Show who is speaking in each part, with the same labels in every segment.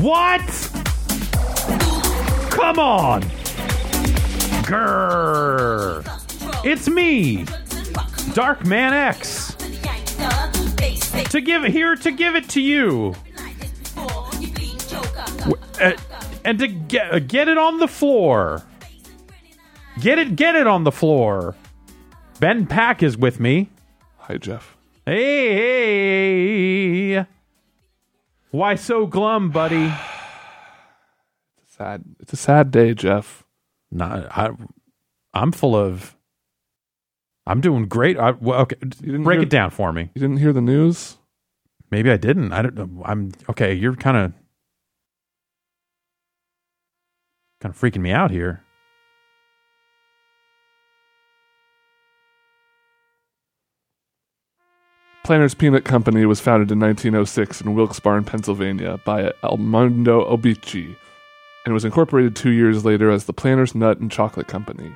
Speaker 1: What? Come on. Grr. It's me, Dark Man X, to give here to give it to you. Uh, and to get uh, get it on the floor. Get it get it on the floor. Ben Pack is with me.
Speaker 2: Hi, Jeff.
Speaker 1: Hey, hey. Why so glum, buddy?
Speaker 2: Sad. It's a sad day, Jeff.
Speaker 1: Not I I'm full of I'm doing great. I, well, okay,
Speaker 2: didn't
Speaker 1: break
Speaker 2: hear-
Speaker 1: it down for me.
Speaker 2: You didn't hear the news?
Speaker 1: Maybe I didn't. I don't know. I'm okay. You're kind of kind of freaking me out here.
Speaker 2: Planters Peanut Company was founded in 1906 in Wilkes-Barre, Pennsylvania, by Almondo Obici, and was incorporated two years later as the Planters Nut and Chocolate Company.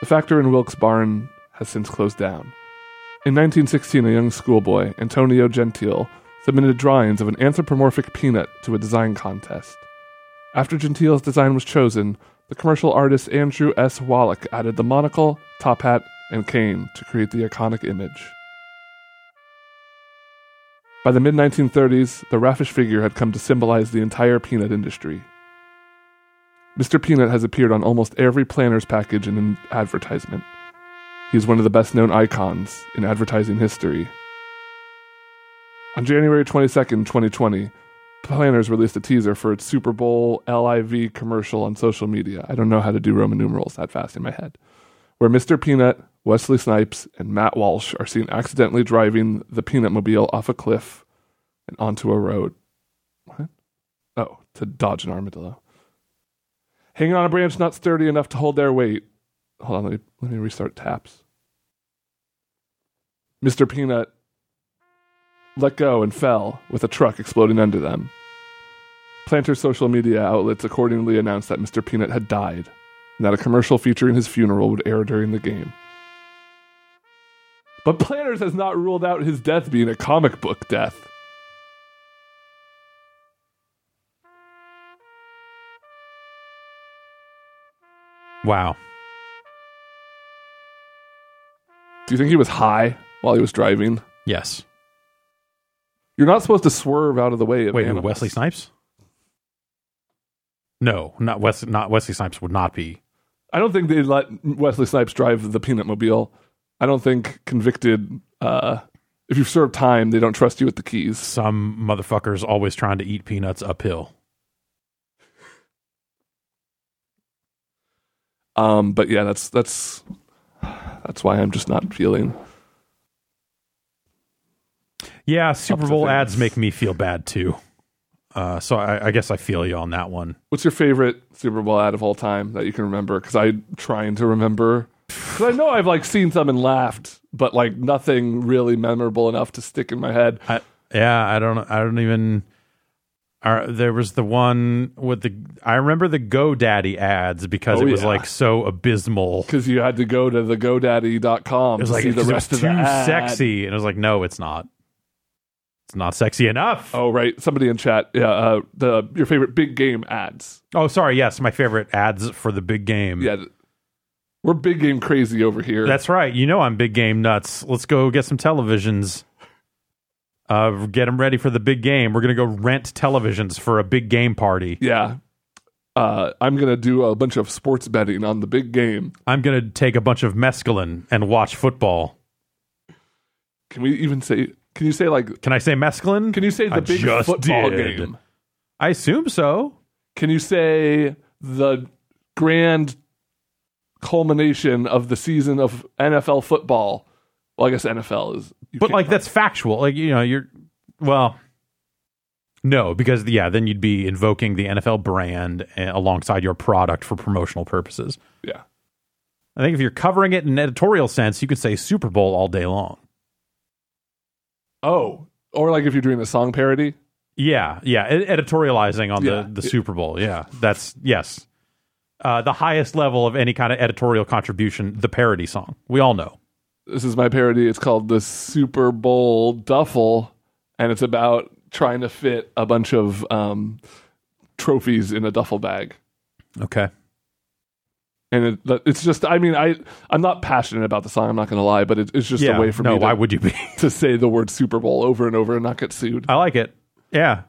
Speaker 2: The factory in Wilkes-Barre has since closed down. In 1916, a young schoolboy, Antonio Gentile, submitted drawings of an anthropomorphic peanut to a design contest. After Gentile's design was chosen, the commercial artist Andrew S. Wallach added the monocle, top hat, and cane to create the iconic image. By the mid 1930s, the raffish figure had come to symbolize the entire peanut industry. Mr. Peanut has appeared on almost every planner's package and in advertisement. He is one of the best known icons in advertising history. On January 22nd, 2020, Planners released a teaser for its Super Bowl LIV commercial on social media. I don't know how to do Roman numerals that fast in my head where Mr. Peanut, Wesley Snipes, and Matt Walsh are seen accidentally driving the Peanut Mobile off a cliff and onto a road. What? Oh, to dodge an armadillo. Hanging on a branch not sturdy enough to hold their weight. Hold on, let me, let me restart taps. Mr. Peanut let go and fell with a truck exploding under them. Planter social media outlets accordingly announced that Mr. Peanut had died and that a commercial featuring his funeral would air during the game. But Planners has not ruled out his death being a comic book death.
Speaker 1: Wow.
Speaker 2: Do you think he was high while he was driving?
Speaker 1: Yes.
Speaker 2: You're not supposed to swerve out of the way. Of
Speaker 1: Wait, who,
Speaker 2: animals.
Speaker 1: Wesley Snipes? No, not Wes. Not Wesley Snipes would not be.
Speaker 2: I don't think they let Wesley Snipes drive the Peanut Mobile. I don't think convicted. Uh, if you've served time, they don't trust you with the keys.
Speaker 1: Some motherfuckers always trying to eat peanuts uphill.
Speaker 2: Um, but yeah, that's that's that's why I'm just not feeling.
Speaker 1: Yeah, Super
Speaker 2: to
Speaker 1: Bowl
Speaker 2: things.
Speaker 1: ads make me feel bad too. Uh, so I, I guess I feel you on that one.
Speaker 2: What's your favorite Super Bowl ad of all time that you can remember? Because I'm trying to remember. Because I know I've like seen some and laughed, but like nothing really memorable enough to stick in my head.
Speaker 1: I, yeah, I don't. I don't even. Uh, there was the one with the. I remember the GoDaddy ads because
Speaker 2: Oh,
Speaker 1: it was
Speaker 2: yeah.
Speaker 1: like so abysmal. It
Speaker 2: Because you had to go to the GoDaddy.com
Speaker 1: was
Speaker 2: to
Speaker 1: like
Speaker 2: see
Speaker 1: it
Speaker 2: the
Speaker 1: was
Speaker 2: rest of
Speaker 1: too
Speaker 2: the ad.
Speaker 1: sexy, and I was like, no, it's not. It's not sexy enough.
Speaker 2: Oh right, somebody in chat. Yeah, uh, the your favorite big game ads.
Speaker 1: Oh, sorry. Yes, my favorite ads for the big game.
Speaker 2: Yeah, we're big game crazy over here.
Speaker 1: That's right. You know I'm big game nuts. Let's go get some televisions. Uh, get them ready for the big game. We're gonna go rent televisions for a big game party.
Speaker 2: yeah. Uh, I'm gonna do a bunch of sports betting on the big game.
Speaker 1: I'm gonna take a bunch of mescaline and watch football.
Speaker 2: Can we even say? Can you say like?
Speaker 1: Can I say mescaline?
Speaker 2: Can you say the
Speaker 1: I
Speaker 2: big
Speaker 1: just
Speaker 2: football
Speaker 1: did.
Speaker 2: game?
Speaker 1: I assume so.
Speaker 2: Can you say the grand culmination of the season of NFL football? Well, I guess NFL is, you
Speaker 1: But
Speaker 2: can't-
Speaker 1: like that's factual. Like you know you're well. No, because yeah, then you'd be invoking the NFL brand eh, alongside your product for promotional purposes.
Speaker 2: yeah,
Speaker 1: I think if you're covering it in an editorial sense, you could say Super Bowl all day long.
Speaker 2: oh, or like if you're doing a song parody,
Speaker 1: Yeah, yeah, ed- editorializing on
Speaker 2: Yeah.
Speaker 1: the the Super Bowl. Yeah, that's yes, uh, the highest level of any kind of editorial contribution. The parody song we all know.
Speaker 2: this is my parody. It's called the Super Bowl Duffel, and it's about trying to fit a bunch of um, trophies in a duffel bag.
Speaker 1: Okay.
Speaker 2: And it, it's just, I mean, I I'm not passionate about the song. I'm not going to lie, but it, it's just
Speaker 1: yeah.
Speaker 2: a way for
Speaker 1: no,
Speaker 2: me to,
Speaker 1: why would you be?
Speaker 2: to say the word Super Bowl over and over and not get sued.
Speaker 1: I like it. Yeah.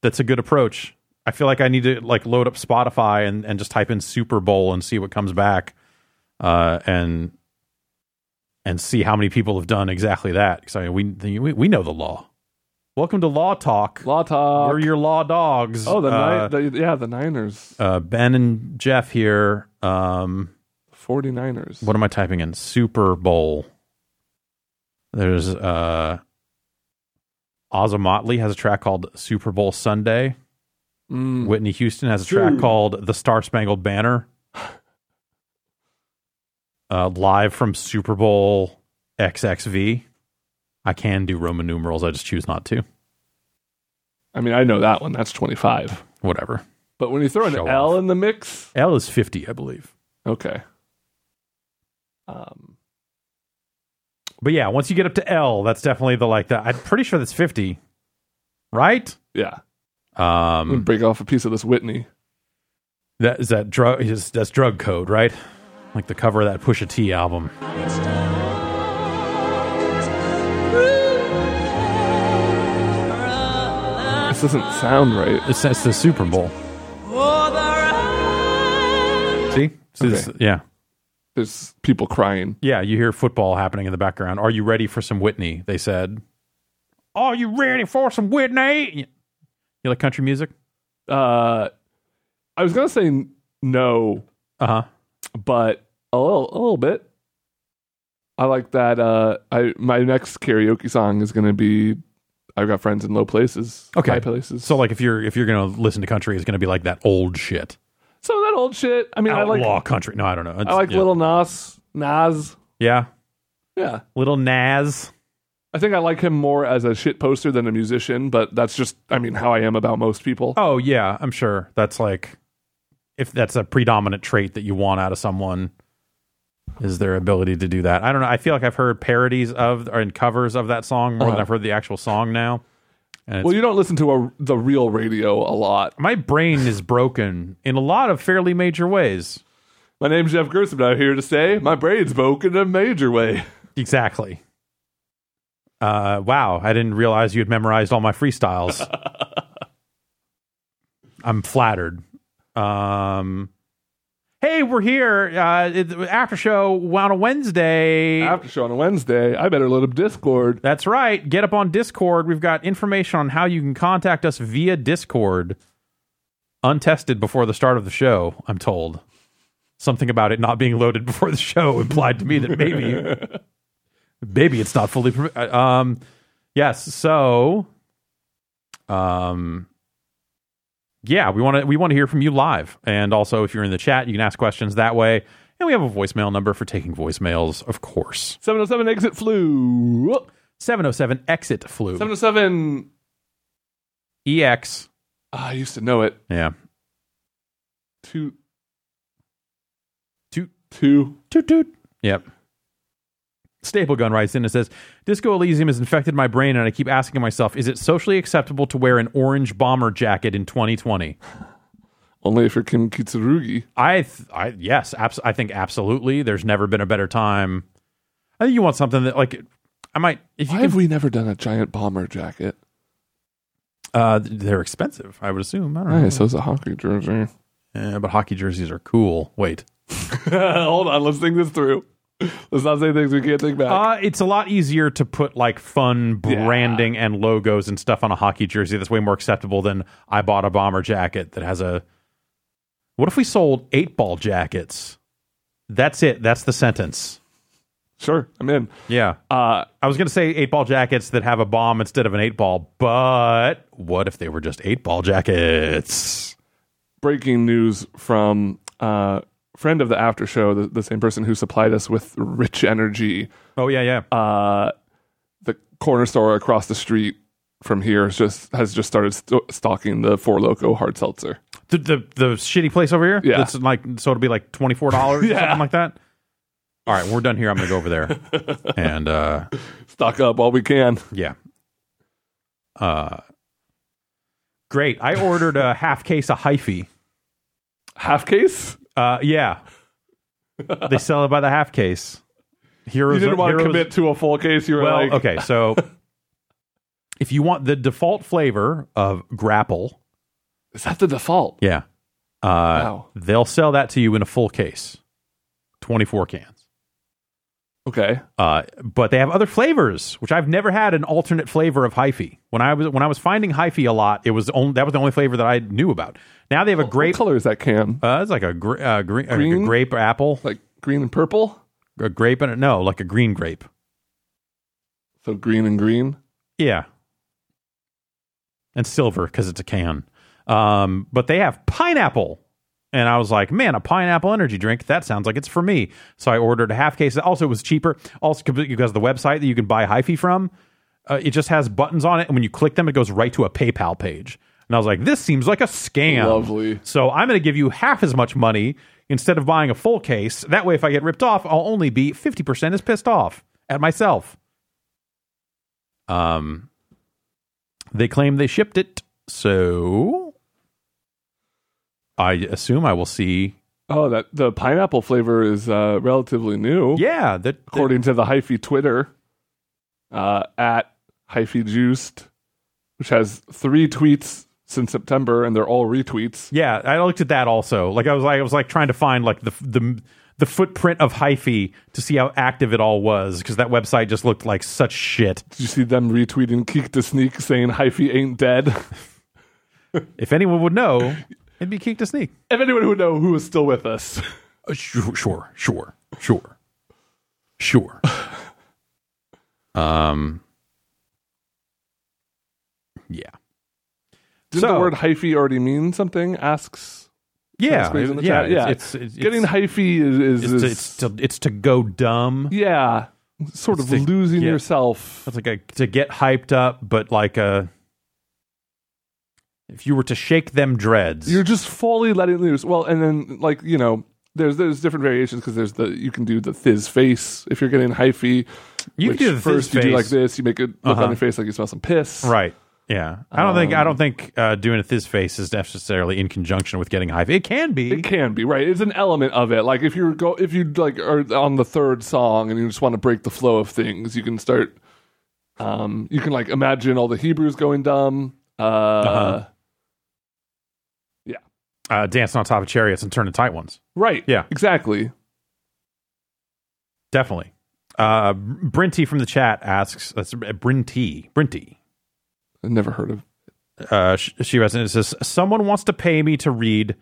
Speaker 1: That's a good approach. I feel like I need to like load up Spotify and, and just type in Super Bowl and see what comes back. Uh and and see how many people have done exactly that. Because I mean, we, we we know the law. Welcome to Law Talk.
Speaker 2: Law talk.
Speaker 1: We're your law dogs.
Speaker 2: oh, the,
Speaker 1: uh,
Speaker 2: Ni- the yeah, the Niners,
Speaker 1: uh, Ben and Jeff here. Um,
Speaker 2: 49ers.
Speaker 1: what am I typing in? Super Bowl. There's uh, Ozzy Motley has a track called Super Bowl Sunday.
Speaker 2: Mm.
Speaker 1: Whitney Houston has a track
Speaker 3: True.
Speaker 1: called The Star Spangled Banner. Uh, live from Super Bowl XXV. I can do Roman numerals. I just choose not to.
Speaker 2: I mean, I know that one. That's 25.
Speaker 1: Whatever.
Speaker 2: But when you throw an
Speaker 1: Show
Speaker 2: L
Speaker 1: off.
Speaker 2: in the mix,
Speaker 1: L is 50, I believe.
Speaker 2: okay. Um,
Speaker 1: But yeah, once you get up to L, that's definitely the like that. I'm pretty sure that's 50, right?
Speaker 2: yeah. I'm gonna
Speaker 1: Um,
Speaker 2: break off a piece of this Whitney.
Speaker 1: that is that drug is that's drug code, right? Like the cover of that Pusha T album.
Speaker 2: This doesn't sound right.
Speaker 1: It's, it's the Super Bowl. See, See this-
Speaker 2: Okay.
Speaker 1: yeah,
Speaker 2: There's people crying.
Speaker 1: yeah. You hear football happening in the background. Are you ready for some Whitney? They said. Are you ready for some Whitney? You like country music?
Speaker 2: Uh, I was gonna say n- no,
Speaker 1: Uh huh.
Speaker 2: but a little, a little bit. I like that. Uh, I my next karaoke song is gonna be "I've Got Friends in Low Places."
Speaker 1: Okay.
Speaker 2: high places.
Speaker 1: So like, if you're if you're gonna listen to country, it's gonna be like that old shit,
Speaker 2: some of that old shit. I mean, I
Speaker 1: outlaw
Speaker 2: like
Speaker 1: country. No, I don't know. It's-
Speaker 2: I like
Speaker 1: yeah.
Speaker 2: Little Nas, Nas.
Speaker 1: yeah,
Speaker 2: Yeah,
Speaker 1: little Nas.
Speaker 2: I think I like him more as a shit poster than a musician, but that's just, I mean, how I am about most people.
Speaker 1: Oh yeah, I'm sure that's like if that's a predominant trait that you want out of someone is their ability to do that. I don't know. I feel like I've heard parodies of or and covers of that song more
Speaker 2: Uh-huh.
Speaker 1: than I've heard the actual song now. And it's,
Speaker 2: well, you don't listen to a, the real radio a lot.
Speaker 1: my brain is broken in a lot of fairly major ways.
Speaker 2: My name's Jeff Gerson, and I'm here to say my brain's broken in a major way.
Speaker 1: Exactly. Uh, wow, I didn't realize you had memorized all my freestyles. I'm flattered. Um, hey, we're here. Uh, it, after show on a Wednesday.
Speaker 2: After show on a Wednesday, I better load up Discord.
Speaker 1: That's right. Get up on Discord. We've got information on how you can contact us via Discord. Untested before the start of the show, I'm told. Something about it not being loaded before the show implied to me that maybe, maybe it's not fully. permi- uh, Um, yes. So, um, yeah, we want to we want to hear from you live, and also if you're in the chat, you can ask questions that way. And we have a voicemail number for taking voicemails, of course.
Speaker 2: 707 exit flu.
Speaker 1: 707 exit flu.
Speaker 2: 707.
Speaker 1: EX.
Speaker 2: Ah, I used to know it.
Speaker 1: Yeah.
Speaker 2: Two.
Speaker 1: Toot.
Speaker 2: Two.
Speaker 1: Toot toot. Yep. Staple Gun writes in and says, Disco Elysium has infected my brain, and I keep asking myself, is it socially acceptable to wear an orange bomber jacket in 2020?
Speaker 2: Only if you're Kim Kitsurugi.
Speaker 1: I, th- I yes, abs- I think absolutely. There's never been a better time. I think you want something that, like, I might, if you
Speaker 2: Why
Speaker 1: can,
Speaker 2: have we never done a giant bomber jacket?
Speaker 1: uh, they're expensive, I would assume. I don't know.
Speaker 2: Nice, that was a hockey jersey.
Speaker 1: Eh, but hockey jerseys are cool. Wait.
Speaker 2: Hold on, let's think this through. Let's not say things we can't think back.
Speaker 1: Uh, it's a lot easier to put like fun
Speaker 2: Yeah.
Speaker 1: branding and logos and stuff on a hockey jersey. That's way more acceptable than I bought a bomber jacket that has a. What if we sold eight ball jackets? That's it. That's the sentence.
Speaker 2: sure, I'm in.
Speaker 1: Yeah.
Speaker 2: Uh,
Speaker 1: I was going to say eight ball jackets that have a bomb instead of an eight ball, but what if they were just eight ball jackets?
Speaker 2: breaking news from uh, friend of the after show, the, the same person who supplied us with rich energy.
Speaker 1: Oh, yeah, yeah.
Speaker 2: Uh, the corner store across the street from here has just has just started st- stocking the Four Loco hard seltzer.
Speaker 1: the, the, the shitty place over here?
Speaker 2: Yeah.
Speaker 1: That's like, so it'll be like $24 or
Speaker 2: Yeah.
Speaker 1: something like that? All right, we're done here. I'm going to go over there. and, uh,
Speaker 2: Stock up all we can.
Speaker 1: Yeah. Uh Great. I ordered a half case of hyphy.
Speaker 2: Half case?
Speaker 1: Uh, yeah. they sell it by the half case. Heroes,
Speaker 2: You didn't want to
Speaker 1: Heroes-
Speaker 2: commit to a full case. You were
Speaker 1: Well,
Speaker 2: like,
Speaker 1: okay, so if you want the default flavor of grapple,
Speaker 2: is that the default?
Speaker 1: yeah, uh,
Speaker 2: Wow.
Speaker 1: they'll sell that to you in a full case, twenty four cans.
Speaker 2: Okay.
Speaker 1: Uh, but they have other flavors, which I've never had an alternate flavor of hyphy. When I was when I was finding hyphy a lot, it was the only, that was the only flavor that I knew about. Now they have a grape.
Speaker 2: What color is that can?
Speaker 1: Uh, it's like a, gr- uh, green, like a
Speaker 2: Green?
Speaker 1: grape apple,
Speaker 2: Like green and purple?
Speaker 1: a grape and a, no, like a green grape.
Speaker 2: So green and green.
Speaker 1: Yeah. And silver because it's a can. Um, but they have pineapple. And I was like, man, a pineapple energy drink. That sounds like it's for me. So I ordered a half case. Also, it was cheaper. Also, because the website that you can buy hyphy from, uh, it just has buttons on it. And when you click them, it goes right to a PayPal page. And I was like, this seems like a scam.
Speaker 2: Lovely.
Speaker 1: So I'm going to give you half as much money instead of buying a full case. That way, if I get ripped off, I'll only be 50% as pissed off at myself. Um, they claim they shipped it, so I assume I will see.
Speaker 2: Oh, that the pineapple flavor is uh, relatively new.
Speaker 1: Yeah, that that-
Speaker 2: according to the hyphy Twitter uh, at hyphy juiced, which has three tweets since September, and they're all retweets.
Speaker 1: yeah. I looked at that also. Like I was like I was like trying to find like the the the footprint of hyphy to see how active it all was because that website just looked like such shit.
Speaker 2: Did you see them retweeting Keek to Sneak saying hyphy ain't dead?
Speaker 1: If anyone would know, it'd be Keek to Sneak.
Speaker 2: if anyone would know who is still with us,
Speaker 1: Uh, sure, sure, sure, sure, sure. um, yeah,
Speaker 2: did not
Speaker 1: So-
Speaker 2: the word hyphy already mean something? Asks.
Speaker 1: yeah,
Speaker 2: squeeze in the
Speaker 1: yeah.
Speaker 2: chat. Yeah.
Speaker 1: It's, it's, it's
Speaker 2: Getting hyphy is,
Speaker 1: It's,
Speaker 2: is, is
Speaker 1: to, it's to it's to go dumb.
Speaker 2: yeah, sort of
Speaker 1: It's to-
Speaker 2: losing
Speaker 1: yeah.
Speaker 2: yourself.
Speaker 1: That's like a, to get hyped up, but like a if you were to shake them dreads.
Speaker 2: You're just fully letting loose. Well, and then like you know, there's there's different variations because there's the you can do the fizz face if you're getting hyphy.
Speaker 1: You can
Speaker 2: which
Speaker 1: do the fizz
Speaker 2: first. You do
Speaker 1: face.
Speaker 2: like this. You make it look
Speaker 1: Uh-huh.
Speaker 2: on your face like you smell some piss.
Speaker 1: right. Yeah, I don't think I
Speaker 2: Um,
Speaker 1: don't think uh, doing a this face is necessarily in conjunction with getting hyped. It can be.
Speaker 2: It can be right. It's an element of it. Like if you're go if you like are on the third song and you just want to break the flow of things, you can start. Um, you can like imagine all the Hebrews going dumb. Uh,
Speaker 1: Uh-huh. uh, dancing on top of chariots and turning tight ones.
Speaker 2: Right.
Speaker 1: Yeah.
Speaker 2: Exactly.
Speaker 1: Definitely. Uh, Brinty from the chat asks, that's Brinty, Brinty.
Speaker 2: I've never heard of.
Speaker 1: Uh, sh- she writes in and says, someone wants to pay me to read,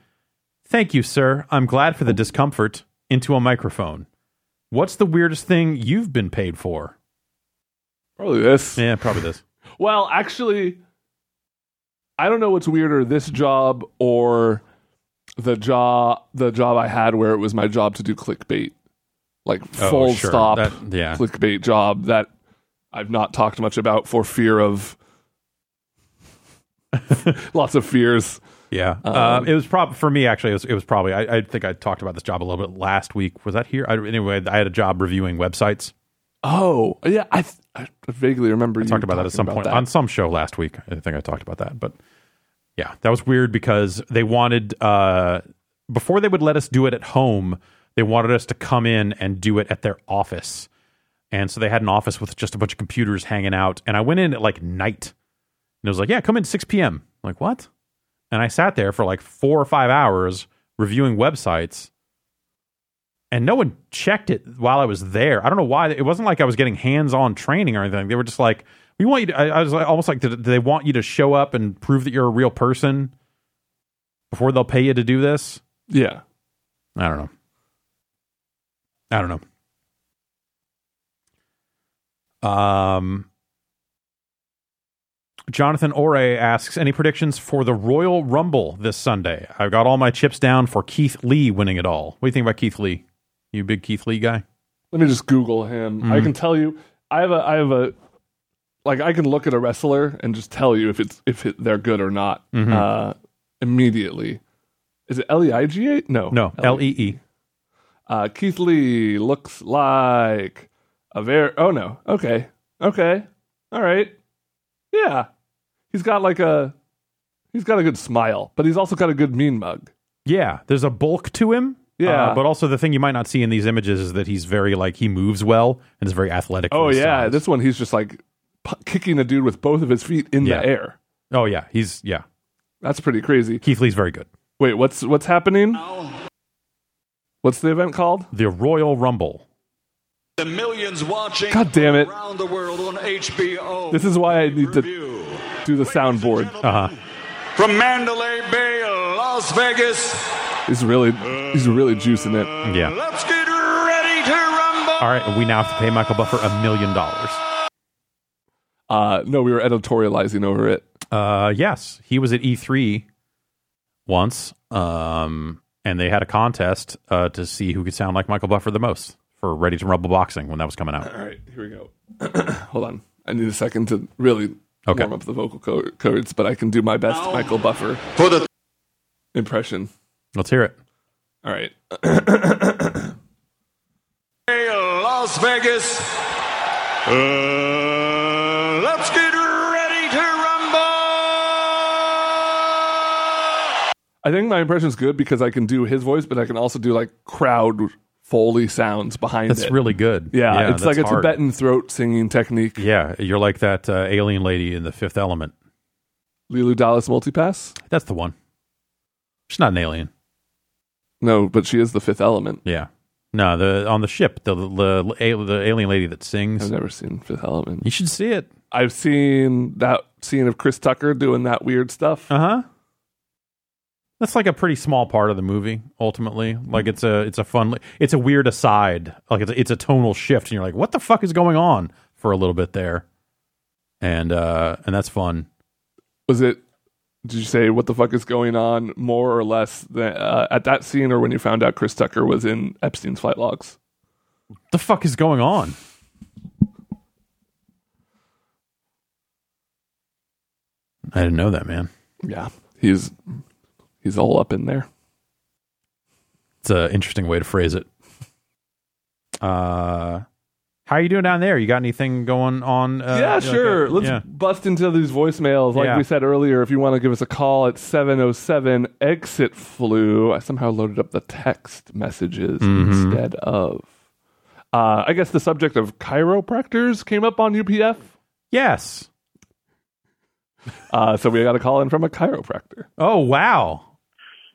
Speaker 1: thank you, sir. I'm glad for the discomfort into a microphone. What's the weirdest thing you've been paid for?
Speaker 2: Probably this.
Speaker 1: Yeah, probably this.
Speaker 2: Well, actually, I don't know what's weirder, this job or the job the job I had where it was my job to do clickbait. Like
Speaker 1: Oh,
Speaker 2: full
Speaker 1: sure.
Speaker 2: stop
Speaker 1: That- yeah.
Speaker 2: clickbait job that I've not talked much about for fear of lots of fears.
Speaker 1: Yeah. Um, it was probably for me actually. It was, it was probably. I, I think I talked about this job a little bit last week. Was that here? I, anyway, I had a job reviewing websites.
Speaker 2: Oh, yeah, I, th- I vaguely remember you
Speaker 1: talked about that at
Speaker 2: talking
Speaker 1: some point
Speaker 2: that.
Speaker 1: on some show last week. I think I talked about that, but yeah, that was weird because they wanted uh, before they would let us do it at home. They wanted us to come in and do it at their office, and so they had an office with just a bunch of computers hanging out. And I went in at like night, and it was like, "Yeah, come in six p.m." I'm like what? And I sat there for like four or five hours reviewing websites. And no one checked it while I was there. I don't know why. It wasn't like I was getting hands-on training or anything. They were just like, "We want you." To, I, I was like, almost like, do they want you to show up and prove that you're a real person before they'll pay you to do this?
Speaker 2: Yeah.
Speaker 1: I don't know. I don't know. Um, Jonathan Ore asks any predictions for the Royal Rumble this Sunday. I've got all my chips down for Keith Lee winning it all. What do you think about Keith Lee? You a big Keith Lee guy?
Speaker 2: Let me just Google him.
Speaker 1: Mm-hmm.
Speaker 2: I can tell you, I have a, I have a, like I can look at a wrestler and just tell you if it's if it, they're good or not
Speaker 1: Mm-hmm.
Speaker 2: uh, immediately. Is it L E I G A? No,
Speaker 1: No, L E E.
Speaker 2: Uh, Keith Lee looks like a very. Oh no. Okay. Okay. All right. Yeah. He's got like a. He's got a good smile, but he's also got a good mean mug.
Speaker 1: Yeah, there's a bulk to him.
Speaker 2: Yeah.
Speaker 1: uh, but also the thing you might not see in these images is that he's very like he moves well and is very athletic. for
Speaker 2: Oh
Speaker 1: his
Speaker 2: yeah,
Speaker 1: size.
Speaker 2: this one he's just like p- kicking a dude with both of his feet in
Speaker 1: Yeah.
Speaker 2: the air.
Speaker 1: oh yeah, he's yeah.
Speaker 2: That's pretty crazy.
Speaker 1: Keith Lee's very good.
Speaker 2: Wait, what's what's happening? What's the event called?
Speaker 1: The Royal Rumble.
Speaker 3: The millions watching
Speaker 2: God damn it.
Speaker 3: around the world on HBO.
Speaker 2: This is why I need to
Speaker 3: Review.
Speaker 2: do the soundboard. Ah,
Speaker 1: Uh huh.
Speaker 3: From Mandalay Bay, Las Vegas,
Speaker 2: He's really he's really juicing it.
Speaker 1: Yeah.
Speaker 3: let's get ready to rumble.
Speaker 1: All right, we now have to pay Michael Buffer a million dollars.
Speaker 2: Uh, no, we were editorializing over it.
Speaker 1: Uh, yes, he was at E3 once, um, and they had a contest uh, to see who could sound like Michael Buffer the most for Ready to Rumble Boxing when that was coming out.
Speaker 2: All right, here we go. Hold on, I need a second to really
Speaker 1: Okay.
Speaker 2: warm up the vocal co- cords, but I can do my best
Speaker 3: Ow.
Speaker 2: Michael Buffer
Speaker 3: For the
Speaker 2: impression.
Speaker 1: Let's hear it.
Speaker 2: All right,
Speaker 3: Bay, Las Vegas, uh, let's get ready to rumble.
Speaker 2: I think my impression's good because I can do his voice, but I can also do like crowd foley sounds behind
Speaker 1: That's
Speaker 2: it.
Speaker 1: really good.
Speaker 2: yeah, it's
Speaker 1: that's
Speaker 2: like a
Speaker 1: hard.
Speaker 2: Tibetan throat singing technique.
Speaker 1: Yeah, you're like that uh, alien lady in The Fifth Element.
Speaker 2: Lulu Dallas multipass?
Speaker 1: That's the one. She's not an alien.
Speaker 2: No, but she is the fifth element.
Speaker 1: Yeah. No, the on the ship, the the, the, the alien lady that
Speaker 2: I've
Speaker 1: sings.
Speaker 2: never seen Fifth Element.
Speaker 1: You should see it.
Speaker 2: I've seen that scene of Chris Tucker doing that weird stuff.
Speaker 1: Uh huh. That's like a pretty small part of the movie. Ultimately, like it's a it's a fun it's a weird aside. Like it's a, it's a tonal shift, and you're like, what the fuck is going on for a little bit there, and uh and that's fun.
Speaker 2: Was it? Did you say what the fuck is going on more or less than, uh, at that scene, or when you found out Chris Tucker was in Epstein's flight logs?
Speaker 1: What the fuck is going on? I didn't know that, man.
Speaker 2: Yeah, he's he's all up in there.
Speaker 1: It's an interesting way to phrase it. Uh, how are you doing down there? You got anything going on? Uh,
Speaker 2: yeah,
Speaker 1: like
Speaker 2: sure.
Speaker 1: a-
Speaker 2: Let's
Speaker 1: yeah.
Speaker 2: bust into these voicemails. Like
Speaker 1: Yeah.
Speaker 2: we said earlier, if you want to give us a call at 707 exit flu, I somehow loaded up the text messages
Speaker 1: Mm-hmm.
Speaker 2: instead of. Uh, I guess the subject of chiropractors came up on UPF.
Speaker 1: Yes.
Speaker 2: Uh, so we got a call in from a chiropractor.
Speaker 1: Oh wow.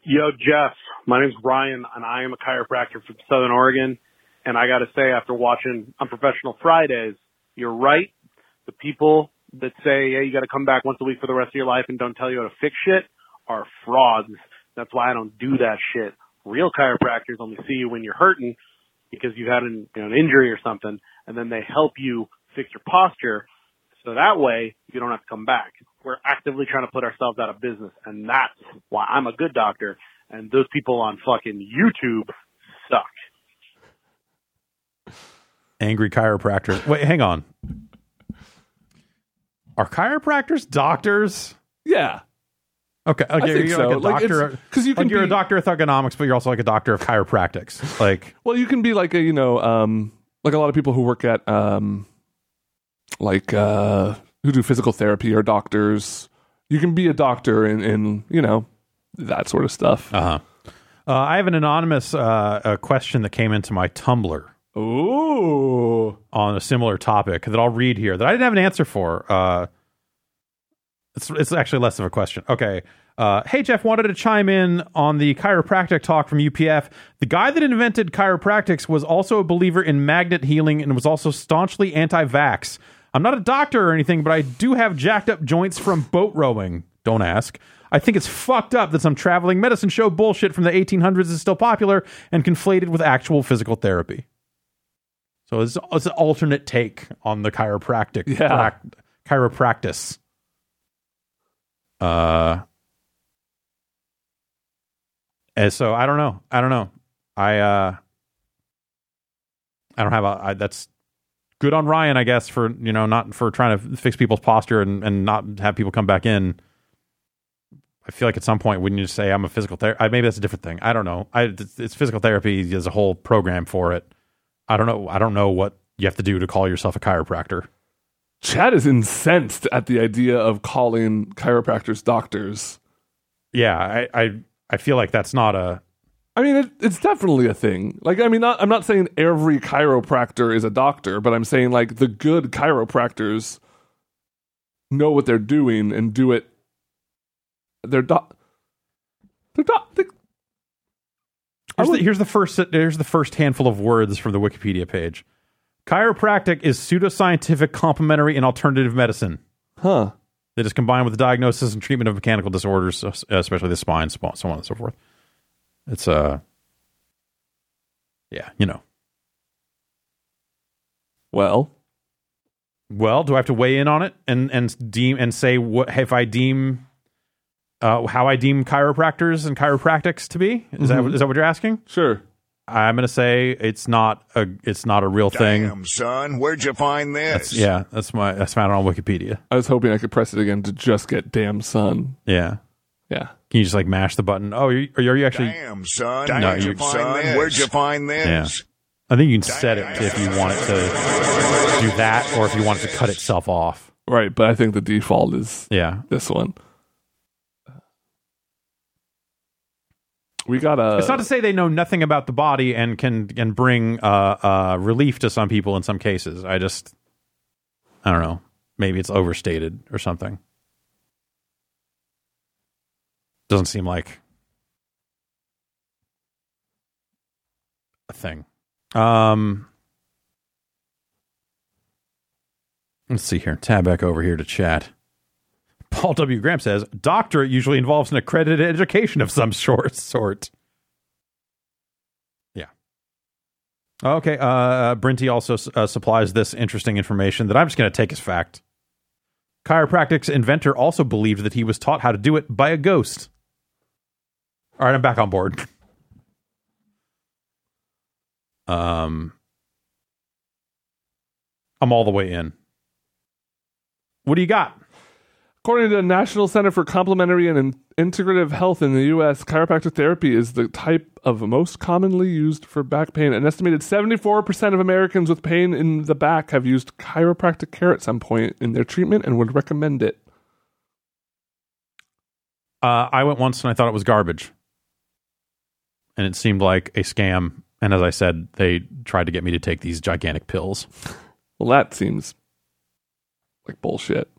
Speaker 4: Yo, Jeff. My name's Ryan, and I am a chiropractor from Southern Oregon. And I got to say, after watching Unprofessional Fridays, you're right. The people that say, "Hey, you got to come back once a week for the rest of your life and don't tell you how to fix shit," are frauds. That's why I don't do that shit. Real chiropractors only see you when you're hurting because you've had an, you know, an injury or something, and then they help you fix your posture. So that way, you don't have to come back. We're actively trying to put ourselves out of business, and that's why I'm a good doctor. And those people on fucking YouTube suck.
Speaker 1: Angry chiropractor. Wait, hang on. Are chiropractors doctors?
Speaker 2: Yeah.
Speaker 1: Okay, okay
Speaker 2: think
Speaker 1: you're
Speaker 2: so.
Speaker 1: like a
Speaker 2: Like, it's-
Speaker 1: doctor.
Speaker 2: 'cause you can
Speaker 1: like you're a
Speaker 2: be-
Speaker 1: doctor of ergonomics, but you're also like a doctor of chiropractics. Like,
Speaker 2: Well, you can be like a, you know, um, like a lot of people who work at, um, like, uh, who do physical therapy or doctors. You can be a doctor and, and you know, that sort of stuff.
Speaker 1: uh-huh. uh I have an anonymous uh, uh question that came into my Tumblr.
Speaker 2: Ooh.
Speaker 1: on a similar topic that I'll read here that I didn't have an answer for. Uh, it's, it's actually less of a question. Okay. Uh, hey, Jeff, wanted to chime in on the chiropractic talk from UPF. The guy that invented chiropractics was also a believer in magnet healing and was also staunchly anti vax. I'm not a doctor or anything, but I do have jacked up joints from boat rowing. Don't ask. I think it's fucked up that some traveling medicine show bullshit from the 1800s is still popular and conflated with actual physical therapy. So it's, it's an alternate take on the chiropractic
Speaker 2: Yeah.
Speaker 1: prac- chiropractice. Uh, and so I don't know. I don't know. I uh, I don't have a. I, that's good on Ryan, I guess, for you know not for trying to fix people's posture and and not have people come back in. I feel like at some point, wouldn't you say I'm a physical therapist? Maybe that's a different thing. I don't know. I it's it's physical therapy. There's a whole program for it. I don't know. I don't know what you have to do to call yourself a chiropractor.
Speaker 2: Chad is incensed at the idea of calling chiropractors doctors.
Speaker 1: yeah, I, I I feel like that's not a
Speaker 2: I mean, it, it's definitely a thing. Like, I mean, not, I'm not saying every chiropractor is a doctor, but I'm saying like the good chiropractors know what they're doing and do it. They're doc. They're doc. They,
Speaker 1: Here's,
Speaker 2: would-
Speaker 1: the, here's the first here's the first handful of words from the Wikipedia page. Chiropractic is pseudoscientific, complementary, and alternative medicine
Speaker 2: huh?
Speaker 1: that is combined with the diagnosis and treatment of mechanical disorders, es- especially the spine, sp- so on and so forth. It's uh, yeah, you know.
Speaker 2: Well,
Speaker 1: Well, do I have to weigh in on it and and deem and say what if I deem uh, how I deem chiropractors and chiropractics to be? Is that is that what you're asking?
Speaker 2: sure.
Speaker 1: I'm going to say it's not a it's not a real thing.
Speaker 5: Damn, son, where'd you find this?
Speaker 1: Yeah, that's my that's found on Wikipedia.
Speaker 2: I was hoping I could press it again to just get damn son.
Speaker 1: Yeah,
Speaker 2: Yeah.
Speaker 1: can you just like mash the button? Oh, are you, are you actually?
Speaker 5: Damn, son,
Speaker 1: No,
Speaker 5: where'd you
Speaker 1: you-
Speaker 5: find
Speaker 6: son,
Speaker 5: this? Where'd you find
Speaker 1: Yeah,
Speaker 5: this?
Speaker 1: I think you can set it to if you want it to do that, or if you want it to cut itself off.
Speaker 2: Right, but I think the default is
Speaker 1: Yeah,
Speaker 2: this one. We got a.
Speaker 1: it's not to say they know nothing about the body and can can bring uh, uh, relief to some people in some cases. I just, I don't know. Maybe it's overstated or something. Doesn't seem like a thing. Um, let's see here. Tab back over here to chat. Paul W. Graham says doctorate usually involves an accredited education of some sort. Sort. Yeah. Okay. Uh, uh, Brinty also s- uh, supplies this interesting information that I'm just going to take as fact. Chiropractic's inventor also believed that he was taught how to do it by a ghost. All right, I'm back on board. Um, I'm all the way in. What do you got?
Speaker 2: According to the National Center for Complementary and In- Integrative Health in the U.S., chiropractic therapy is the type of most commonly used for back pain. An estimated 74% of Americans with pain in the back have used chiropractic care at some point in their treatment and would recommend it.
Speaker 1: Uh, I went once and I thought it was garbage, and it seemed like a scam. And as I said, they tried to get me to take these gigantic pills.
Speaker 2: Well, that seems like bullshit.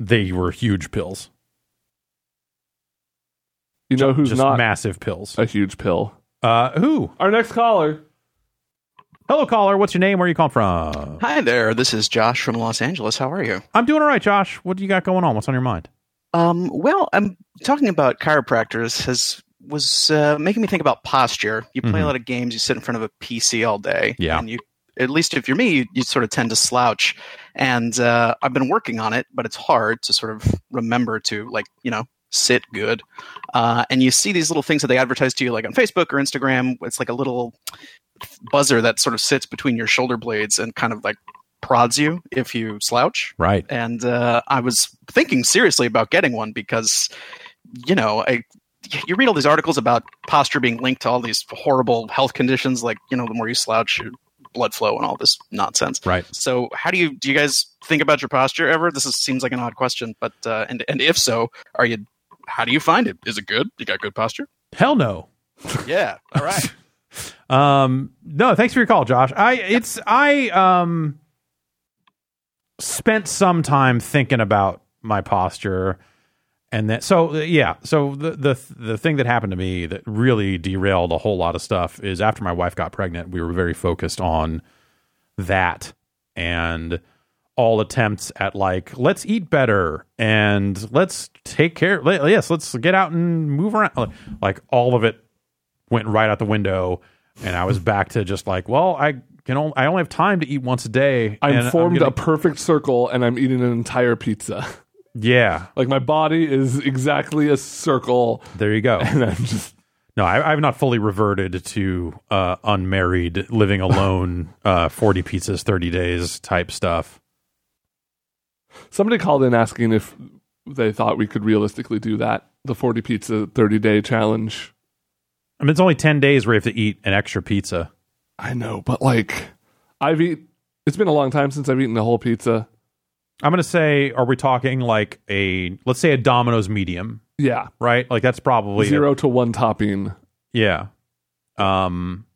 Speaker 1: They were huge pills,
Speaker 2: You know who's
Speaker 1: just
Speaker 2: not
Speaker 1: massive pills.
Speaker 2: a huge pill?
Speaker 1: Uh, who?
Speaker 2: Our next caller.
Speaker 1: Hello, caller. What's your name? Where you calling from?
Speaker 6: Hi there. This is Josh from Los Angeles. How are you?
Speaker 1: I'm doing all right, Josh. What do you got going on? What's on your mind?
Speaker 6: Um, well, I'm talking about chiropractors has was uh, making me think about posture. You play
Speaker 1: Mhm.
Speaker 6: a lot of games. You sit in front of a PC all day.
Speaker 1: Yeah.
Speaker 6: And you, at least if you're me, you, you sort of tend to slouch. And uh, I've been working on it, but it's hard to sort of remember to like you know sit good. Uh, and you see these little things that they advertise to you, like on Facebook or Instagram. It's like a little buzzer that sort of sits between your shoulder blades and kind of like prods you if you slouch
Speaker 1: Right.
Speaker 6: and uh, I was thinking seriously about getting one because, you know, I you read all these articles about posture being linked to all these horrible health conditions, like you know, the more you slouch, your blood flow and all this nonsense.
Speaker 1: Right.
Speaker 6: So, how do you do? You guys think about your posture ever? This is, seems like an odd question, but uh, and and if so, are you? How do you find it? Is it good? You got good posture?
Speaker 1: Hell no.
Speaker 6: Yeah. All right.
Speaker 1: Um, no, thanks for your call, Josh. I it's I um spent some time thinking about my posture and that so uh, yeah, so the the the thing that happened to me that really derailed a whole lot of stuff is after my wife got pregnant, we were very focused on that and all attempts at like let's eat better and let's take care le- yes let's get out and move around like all of it went right out the window, and I was back to just like, well, I can only, I only have time to eat once a day.
Speaker 2: I'm
Speaker 1: and
Speaker 2: formed
Speaker 1: gonna-
Speaker 2: a perfect circle and I'm eating an entire pizza.
Speaker 1: Yeah,
Speaker 2: Like my body is exactly a circle,
Speaker 1: there you go.
Speaker 2: and I'm just
Speaker 1: No, I, I've not fully reverted to uh, unmarried, living alone, uh, forty pizzas, thirty days type stuff.
Speaker 2: Somebody called in asking if they thought we could realistically do that the 40 pizza 30 day challenge.
Speaker 1: I mean, it's only ten days where you have to eat an extra pizza.
Speaker 2: I know, but like, I've eat. It's been a long time since I've eaten a whole pizza.
Speaker 1: I'm gonna say, are we talking like a let's say a Domino's medium?
Speaker 2: Yeah.
Speaker 1: right? Like that's probably a-
Speaker 2: Zero to one topping.
Speaker 1: yeah. Um,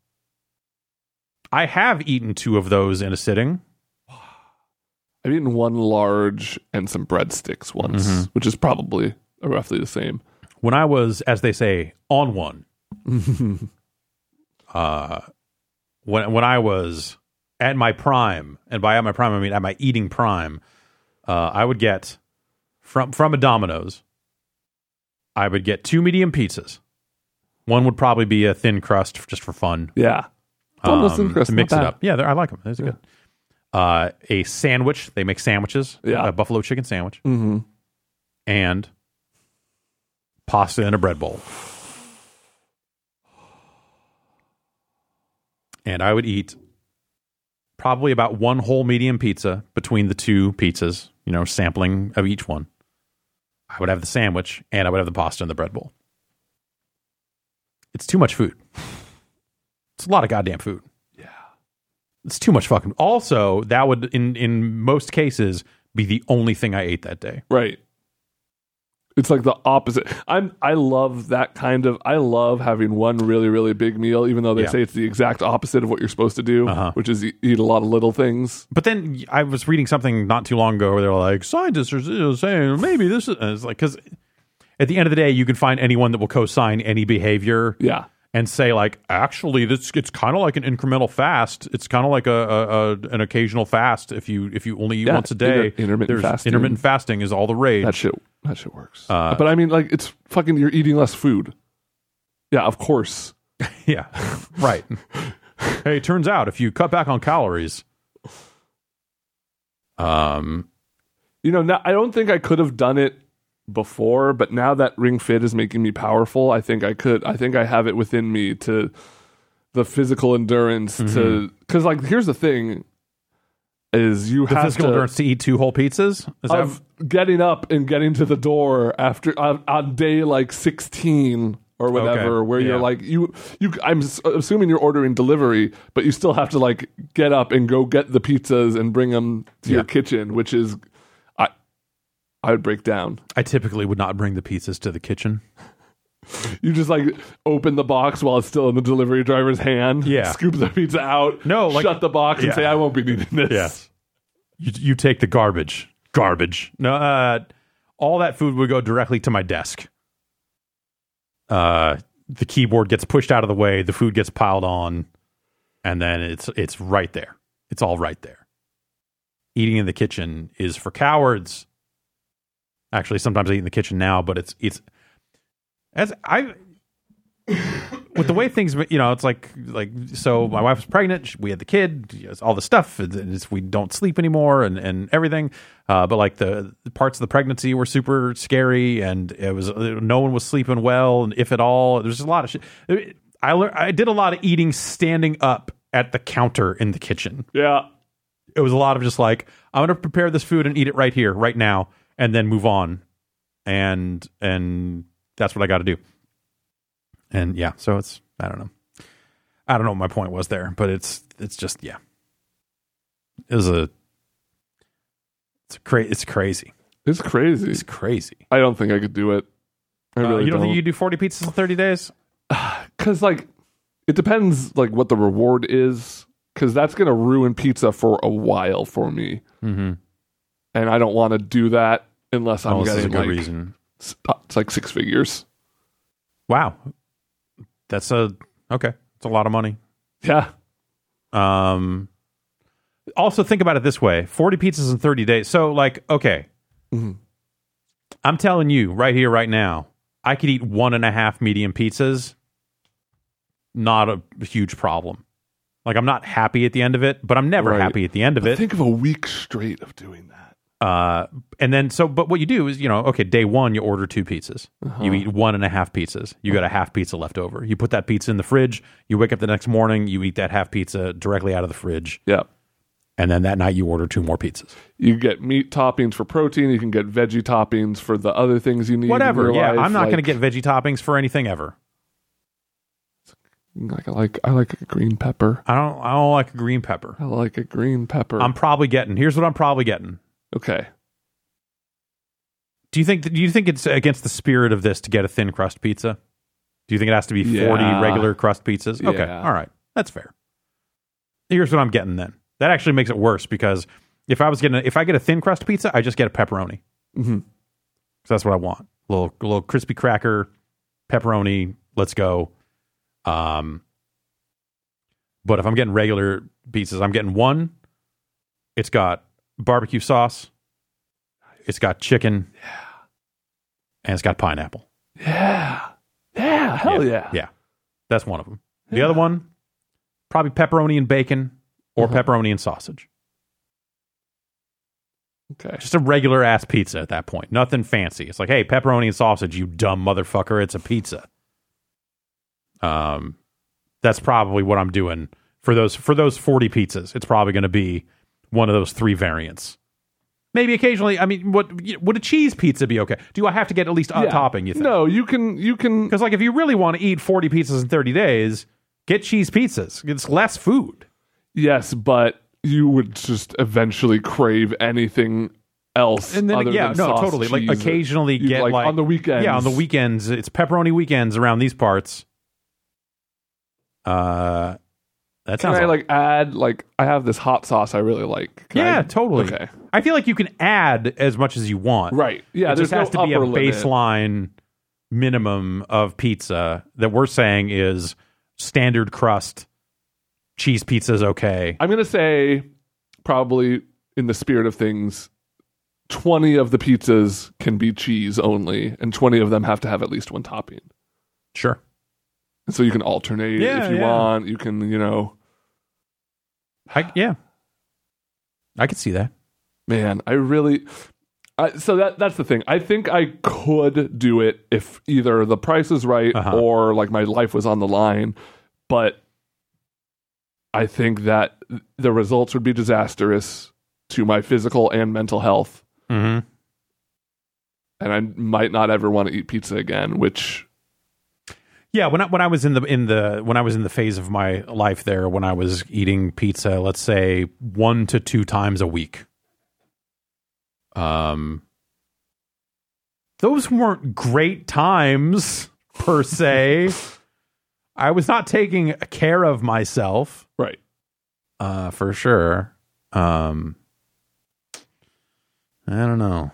Speaker 1: I have eaten two of those in a sitting.
Speaker 2: I've eaten one large and some breadsticks once, which is probably roughly the same.
Speaker 1: When I was, as they say, on one. uh, when when I was at my prime, and by at my prime I mean at my eating prime, uh, I would get from from a Domino's. I would get two medium pizzas. One would probably be a thin crust f- just for fun. um,
Speaker 2: Yeah. Domino's thin crust,
Speaker 1: to mix
Speaker 2: not
Speaker 1: it
Speaker 2: bad.
Speaker 1: up. Yeah, they're- I like them. Those are good. Uh, a sandwich. They make sandwiches.
Speaker 2: Yeah.
Speaker 1: A buffalo chicken sandwich
Speaker 2: Mm-hmm.
Speaker 1: and pasta in a bread bowl. And I would eat probably about one whole medium pizza between the two pizzas, you know, sampling of each one. I would have the sandwich and I would have the pasta in the bread bowl. It's too much food. It's a lot of goddamn food.
Speaker 2: Yeah.
Speaker 1: It's too much fucking. Also, that would in in most cases be the only thing I ate that day.
Speaker 2: Right. It's like the opposite. I'm I love that kind of I love having one really really big meal even though they
Speaker 1: Yeah.
Speaker 2: say it's the exact opposite of what you're supposed to do,
Speaker 1: Uh-huh.
Speaker 2: which is eat, eat a lot of little things.
Speaker 1: But then I was reading something not too long ago where they're like, scientists are s- saying maybe this is and it's like because at the end of the day, you can find anyone that will co-sign any behavior
Speaker 2: Yeah.
Speaker 1: and say like, actually, this it's kind of like an incremental fast. It's kind of like a, a, a an occasional fast if you if you only eat
Speaker 2: Yeah,
Speaker 1: once a day.
Speaker 2: inter- intermittent
Speaker 1: There's-
Speaker 2: fasting.
Speaker 1: Intermittent fasting is all the rage.
Speaker 2: That shit that shit works.
Speaker 1: Uh,
Speaker 2: but I mean like it's fucking you're eating less food. Yeah, of course.
Speaker 1: yeah, right. hey, it turns out if you cut back on calories, um,
Speaker 2: You know, now, I don't think I could have done it before, but now that Ring Fit is making me powerful, I think I could. I think I have it within me to the physical endurance
Speaker 1: Mm-hmm.
Speaker 2: to because like here's the thing is you
Speaker 1: the
Speaker 2: have
Speaker 1: physical
Speaker 2: to,
Speaker 1: endurance to eat two whole pizzas. Is that-
Speaker 2: of getting up and getting to the door after on, on day like 16 or whatever
Speaker 1: Okay,
Speaker 2: where you're
Speaker 1: yeah.
Speaker 2: like you you I'm s- assuming you're ordering delivery but you still have to like get up and go get the pizzas and bring them to your
Speaker 1: Yeah.
Speaker 2: kitchen which is I I would break down.
Speaker 1: I typically would not bring the pizzas to the kitchen.
Speaker 2: You just like open the box while it's still in the delivery driver's hand.
Speaker 1: Yeah.
Speaker 2: Scoop the pizza out.
Speaker 1: No, like-
Speaker 2: shut the box and
Speaker 1: yeah.
Speaker 2: say I won't be needing this.
Speaker 1: You, you take the garbage. Garbage. No, uh, all that food would go directly to my desk. Uh, the keyboard gets pushed out of the way, the food gets piled on, and then it's it's right there. It's all right there. Eating in the kitchen is for cowards. Actually, sometimes I eat in the kitchen now, but it's it's as I with the way things, you know, it's like like so. My wife was pregnant. she- We had the kid. you know, All the stuff. and It's, we don't sleep anymore, and and everything. Uh, but like the, the parts of the pregnancy were super scary, and it was no one was sleeping well, and if at all, there's a lot of shit. I lear- I did a lot of eating standing up at the counter in the kitchen.
Speaker 2: Yeah.
Speaker 1: It was a lot of just like I'm going to prepare this food and eat it right here, right now, and then move on, and and that's what I got to do. And yeah, so it's I don't know, I don't know what my point was there, but it's it's just yeah, it was a it's a cra- it's crazy,
Speaker 2: It's crazy.
Speaker 1: it's crazy.
Speaker 2: I don't think I could do it. I
Speaker 1: Uh,
Speaker 2: really
Speaker 1: you don't,
Speaker 2: don't.
Speaker 1: think you do 40 pizzas in 30 days?
Speaker 2: Cause like it depends like what the reward is. Cause that's gonna ruin pizza for a while for me.
Speaker 1: Mm-hmm.
Speaker 2: And I don't wanna do that unless I'm
Speaker 1: Unless there's a
Speaker 2: getting
Speaker 1: good
Speaker 2: like,
Speaker 1: reason.
Speaker 2: s- uh, it's like six figures.
Speaker 1: Wow, that's a okay. It's a lot of money.
Speaker 2: Yeah.
Speaker 1: Um, also, think about it this way: forty pizzas in thirty days. So, like, okay,
Speaker 2: Mhm.
Speaker 1: I'm telling you right here, right now, I could eat one and a half medium pizzas. Not a huge problem. Like, I'm not happy at the end of it, but I'm never
Speaker 2: Right.
Speaker 1: happy at the end of it.
Speaker 2: Think of a week straight of doing that.
Speaker 1: Uh, and then so, but what you do is, you know, okay, day one, you order two pizzas.
Speaker 2: Uh-huh.
Speaker 1: You eat one and a half pizzas. You got a half pizza left over. You put that pizza in the fridge. You wake up the next morning. You eat that half pizza directly out of the fridge
Speaker 2: Yeah.
Speaker 1: and then that night you order two more pizzas.
Speaker 2: You get meat toppings for protein. You can get veggie toppings for the other things you need. in
Speaker 1: Whatever.
Speaker 2: your
Speaker 1: Yeah,
Speaker 2: life,
Speaker 1: I'm not
Speaker 2: like-
Speaker 1: going to get veggie toppings for anything ever.
Speaker 2: like I like I like a green pepper.
Speaker 1: I don't. I don't like green pepper.
Speaker 2: I like a green pepper.
Speaker 1: I'm probably getting. Here's what I'm probably getting:
Speaker 2: okay.
Speaker 1: Do you think? Do you think it's against the spirit of this to get a thin crust pizza? Do you think it has to be forty
Speaker 2: Yeah.
Speaker 1: regular crust pizzas? Okay,
Speaker 2: Yeah.
Speaker 1: all right, that's fair. Here's what I'm getting then. That actually makes it worse because if I was getting, a, if I get a thin crust pizza, I just get a pepperoni.
Speaker 2: Mhm.
Speaker 1: 'Cause that's what I want. little little crispy cracker, pepperoni. Let's go. Um, but if I'm getting regular pizzas, I'm getting one. It's got barbecue sauce. It's got chicken. Yeah. And it's got pineapple.
Speaker 2: Yeah. Yeah. Hell yeah.
Speaker 1: Yeah. That's one of them. The other one, probably pepperoni and bacon or
Speaker 2: Uh-huh.
Speaker 1: pepperoni and sausage.
Speaker 2: Okay.
Speaker 1: Just a regular ass pizza at that point. Nothing fancy. It's like, hey, pepperoni and sausage, you dumb motherfucker. It's a pizza. Um, that's probably what I'm doing for those for those 40 pizzas. It's probably going to be one of those three variants. Maybe occasionally. I mean, what would a cheese pizza be okay? Do I have to get at least a
Speaker 2: Yeah.
Speaker 1: topping? You think?
Speaker 2: No, you can. You can.
Speaker 1: Because like if you really want to eat 40 pizzas in 30 days, get cheese pizzas. It's less food.
Speaker 2: Yes, but you would just eventually crave anything else.
Speaker 1: And then
Speaker 2: other
Speaker 1: yeah,
Speaker 2: than
Speaker 1: no,
Speaker 2: sauce,
Speaker 1: totally. Like
Speaker 2: cheese.
Speaker 1: occasionally
Speaker 2: You'd,
Speaker 1: get like,
Speaker 2: on the weekends.
Speaker 1: Yeah, on the weekends. It's pepperoni weekends around these parts. Uh that
Speaker 2: Can
Speaker 1: sounds
Speaker 2: I
Speaker 1: like
Speaker 2: like add like I have this hot sauce I really like. Can
Speaker 1: Yeah,
Speaker 2: I-
Speaker 1: totally.
Speaker 2: Okay.
Speaker 1: I feel like you can add as much as you want.
Speaker 2: Right. Yeah.
Speaker 1: it
Speaker 2: there's
Speaker 1: just has
Speaker 2: no
Speaker 1: to be a
Speaker 2: upper limit.
Speaker 1: baseline minimum of pizza that we're saying is standard crust cheese pizza is okay.
Speaker 2: I'm gonna say probably in the spirit of things, twenty of the pizzas can be cheese only, and twenty of them have to have at least one topping.
Speaker 1: Sure.
Speaker 2: And so you can alternate
Speaker 1: Yeah,
Speaker 2: if you
Speaker 1: yeah.
Speaker 2: want. You can, you know,
Speaker 1: I, yeah, I could see that.
Speaker 2: man, I really. I, so that that's the thing. I think I could do it if either the price is right
Speaker 1: Uh-huh.
Speaker 2: or like my life was on the line, but I think that the results would be disastrous to my physical and mental health,
Speaker 1: Mm-hmm.
Speaker 2: and I might not ever want to eat pizza again. Which
Speaker 1: Yeah, when I, when I was in the in the when I was in the phase of my life there, when I was eating pizza, let's say one to two times a week. Um, those weren't great times per se. I was not taking care of myself.
Speaker 2: right?
Speaker 1: uh, for sure. Um, I don't know,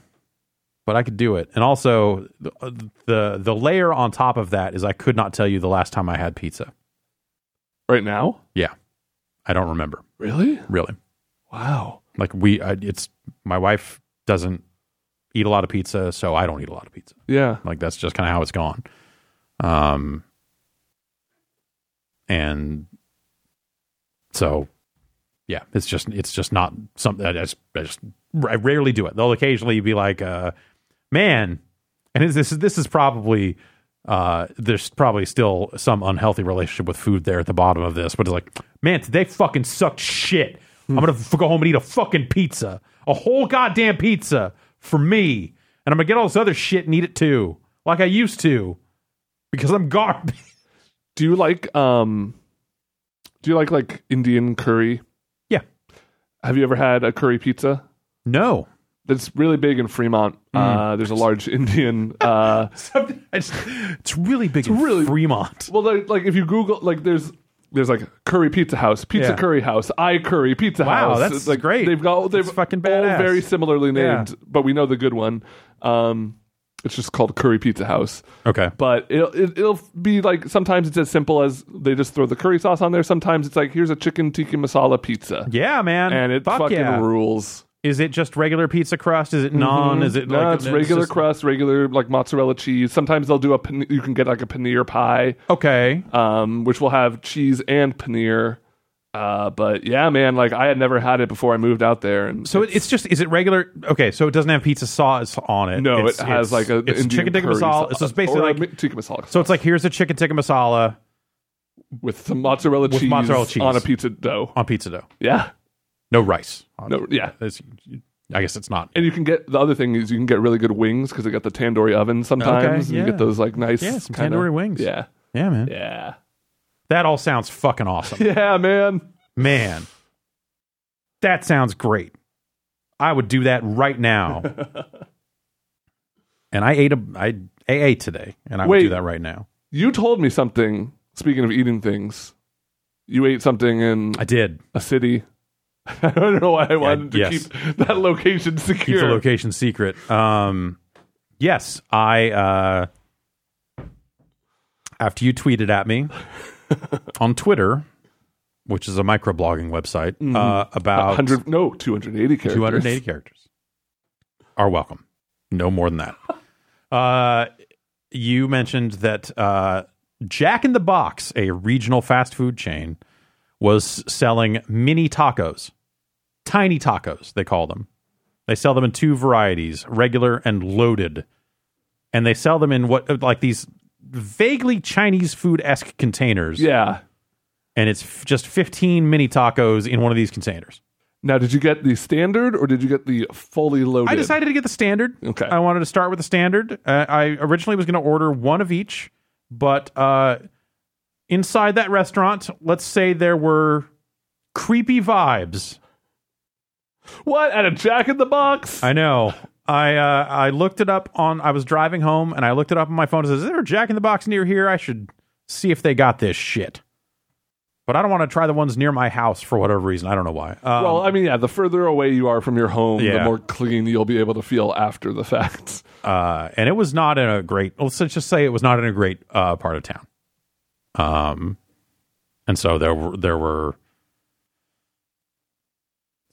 Speaker 1: but I could do it. And also, the, uh, the the layer on top of that is I could not tell you the last time I had pizza.
Speaker 2: Right now,
Speaker 1: Yeah, I don't remember
Speaker 2: really?
Speaker 1: really.
Speaker 2: Wow.
Speaker 1: Like we, I, it's my wife doesn't eat a lot of pizza, so I don't eat a lot of pizza.
Speaker 2: Yeah.
Speaker 1: Like that's just kind of how it's gone. Um, and so, yeah, it's just it's just not something I just I just I rarely do it. They'll occasionally be like, uh, "Man," and is this this is probably uh, there's probably still some unhealthy relationship with food there at the bottom of this, but it's like, "Man, today fucking sucked shit. I'm gonna f- go home and eat a fucking pizza, a whole goddamn pizza for me, and I'm gonna get all this other shit and eat it too, like I used to, because I'm garbage."
Speaker 2: Do you like um do you like like Indian curry?
Speaker 1: Yeah.
Speaker 2: Have you ever had a curry pizza?
Speaker 1: no.
Speaker 2: That's really big in Fremont.
Speaker 1: Mm.
Speaker 2: Uh there's a large Indian uh
Speaker 1: Something- I just- it's really big in
Speaker 2: really-
Speaker 1: Fremont.
Speaker 2: well like, like if you google like there's there's like curry pizza house, pizza
Speaker 1: Yeah.
Speaker 2: curry house, I curry pizza
Speaker 1: Wow,
Speaker 2: house.
Speaker 1: that's
Speaker 2: It's like
Speaker 1: great.
Speaker 2: They've got they've
Speaker 1: That's fucking
Speaker 2: all
Speaker 1: badass.
Speaker 2: very similarly
Speaker 1: Yeah.
Speaker 2: named, but we know the good one. Um it's just called curry pizza house.
Speaker 1: Okay.
Speaker 2: but it'll, it, it'll be like sometimes it's as simple as they just throw the curry sauce on there. Sometimes it's like here's a chicken tikka masala pizza,
Speaker 1: Yeah, man.
Speaker 2: and it
Speaker 1: Fuck
Speaker 2: fucking
Speaker 1: yeah.
Speaker 2: rules.
Speaker 1: Is it just regular pizza crust? Is it non? Is it
Speaker 2: Mm-hmm. No,
Speaker 1: like
Speaker 2: it's regular
Speaker 1: just-
Speaker 2: crust, regular like mozzarella cheese. Sometimes they'll do a pan- you can get like a paneer pie,
Speaker 1: Okay.
Speaker 2: um, which will have cheese and paneer. Uh, but yeah, man, like I had never had it before I moved out there, and
Speaker 1: So it- it's just is it regular? Okay, so it doesn't have pizza sauce on it.
Speaker 2: no,
Speaker 1: It's-
Speaker 2: it
Speaker 1: it's-
Speaker 2: has like a
Speaker 1: it's
Speaker 2: Indian
Speaker 1: chicken tikka
Speaker 2: curry
Speaker 1: masala.
Speaker 2: sauce
Speaker 1: So it's basically
Speaker 2: or a
Speaker 1: like
Speaker 2: mi- tikka masala
Speaker 1: so it's like here's a chicken tikka masala
Speaker 2: with some mozzarella,
Speaker 1: with
Speaker 2: cheese
Speaker 1: mozzarella cheese.
Speaker 2: on a pizza dough.
Speaker 1: on pizza dough.
Speaker 2: Yeah,
Speaker 1: No rice. on
Speaker 2: no,
Speaker 1: it.
Speaker 2: yeah,
Speaker 1: It's- I guess it's not.
Speaker 2: And you can get the other thing is you can get really good wings because they got the tandoori oven sometimes.
Speaker 1: Okay,
Speaker 2: and You
Speaker 1: yeah.
Speaker 2: get those like nice,
Speaker 1: Yeah, some
Speaker 2: kinda-
Speaker 1: tandoori wings.
Speaker 2: Yeah,
Speaker 1: Yeah, man.
Speaker 2: yeah,
Speaker 1: That all sounds fucking awesome,
Speaker 2: yeah, man.
Speaker 1: man. That sounds great. I would do that right now. and I ate a I AA today, and I would
Speaker 2: Wait.
Speaker 1: do that right now.
Speaker 2: You told me something. Speaking of eating things, you ate something in
Speaker 1: I did
Speaker 2: a city. I don't know why I wanted to
Speaker 1: yes.
Speaker 2: keep that location
Speaker 1: keep
Speaker 2: secure.
Speaker 1: the location secret. Um, yes, I uh, after you tweeted at me on Twitter, which is a microblogging website, uh, about
Speaker 2: 100 no 280 characters
Speaker 1: 280 characters are welcome. No more than that. Uh, you mentioned that uh, Jack in the Box, a regional fast food chain, was selling mini tacos, tiny tacos, they call them. They sell them in two varieties regular and loaded. And they sell them in what, uh, like these vaguely Chinese food esque containers.
Speaker 2: yeah
Speaker 1: And it's f- just 15 mini tacos in one of these containers.
Speaker 2: now did you get the standard or did you get the fully loaded
Speaker 1: I decided to get the standard.
Speaker 2: Okay.
Speaker 1: I wanted to start with the standard. Uh, I originally was going to order one of each, but uh, inside that restaurant, let's say there were creepy vibes.
Speaker 2: what at a jack in the box
Speaker 1: I know. I uh, I looked it up on. I was driving home and I looked it up on my phone. It says, "Is there a Jack in the Box near here? I should see if they got this shit." But I don't want to try the ones near my house for whatever reason. I don't know why. Um,
Speaker 2: well i mean yeah the further away you are from your home the
Speaker 1: Yeah.
Speaker 2: more clean you'll be able to feel after the fact
Speaker 1: uh, and it was not in a great. Let's just say it was not in a great uh, part of town. Um, and so there were there were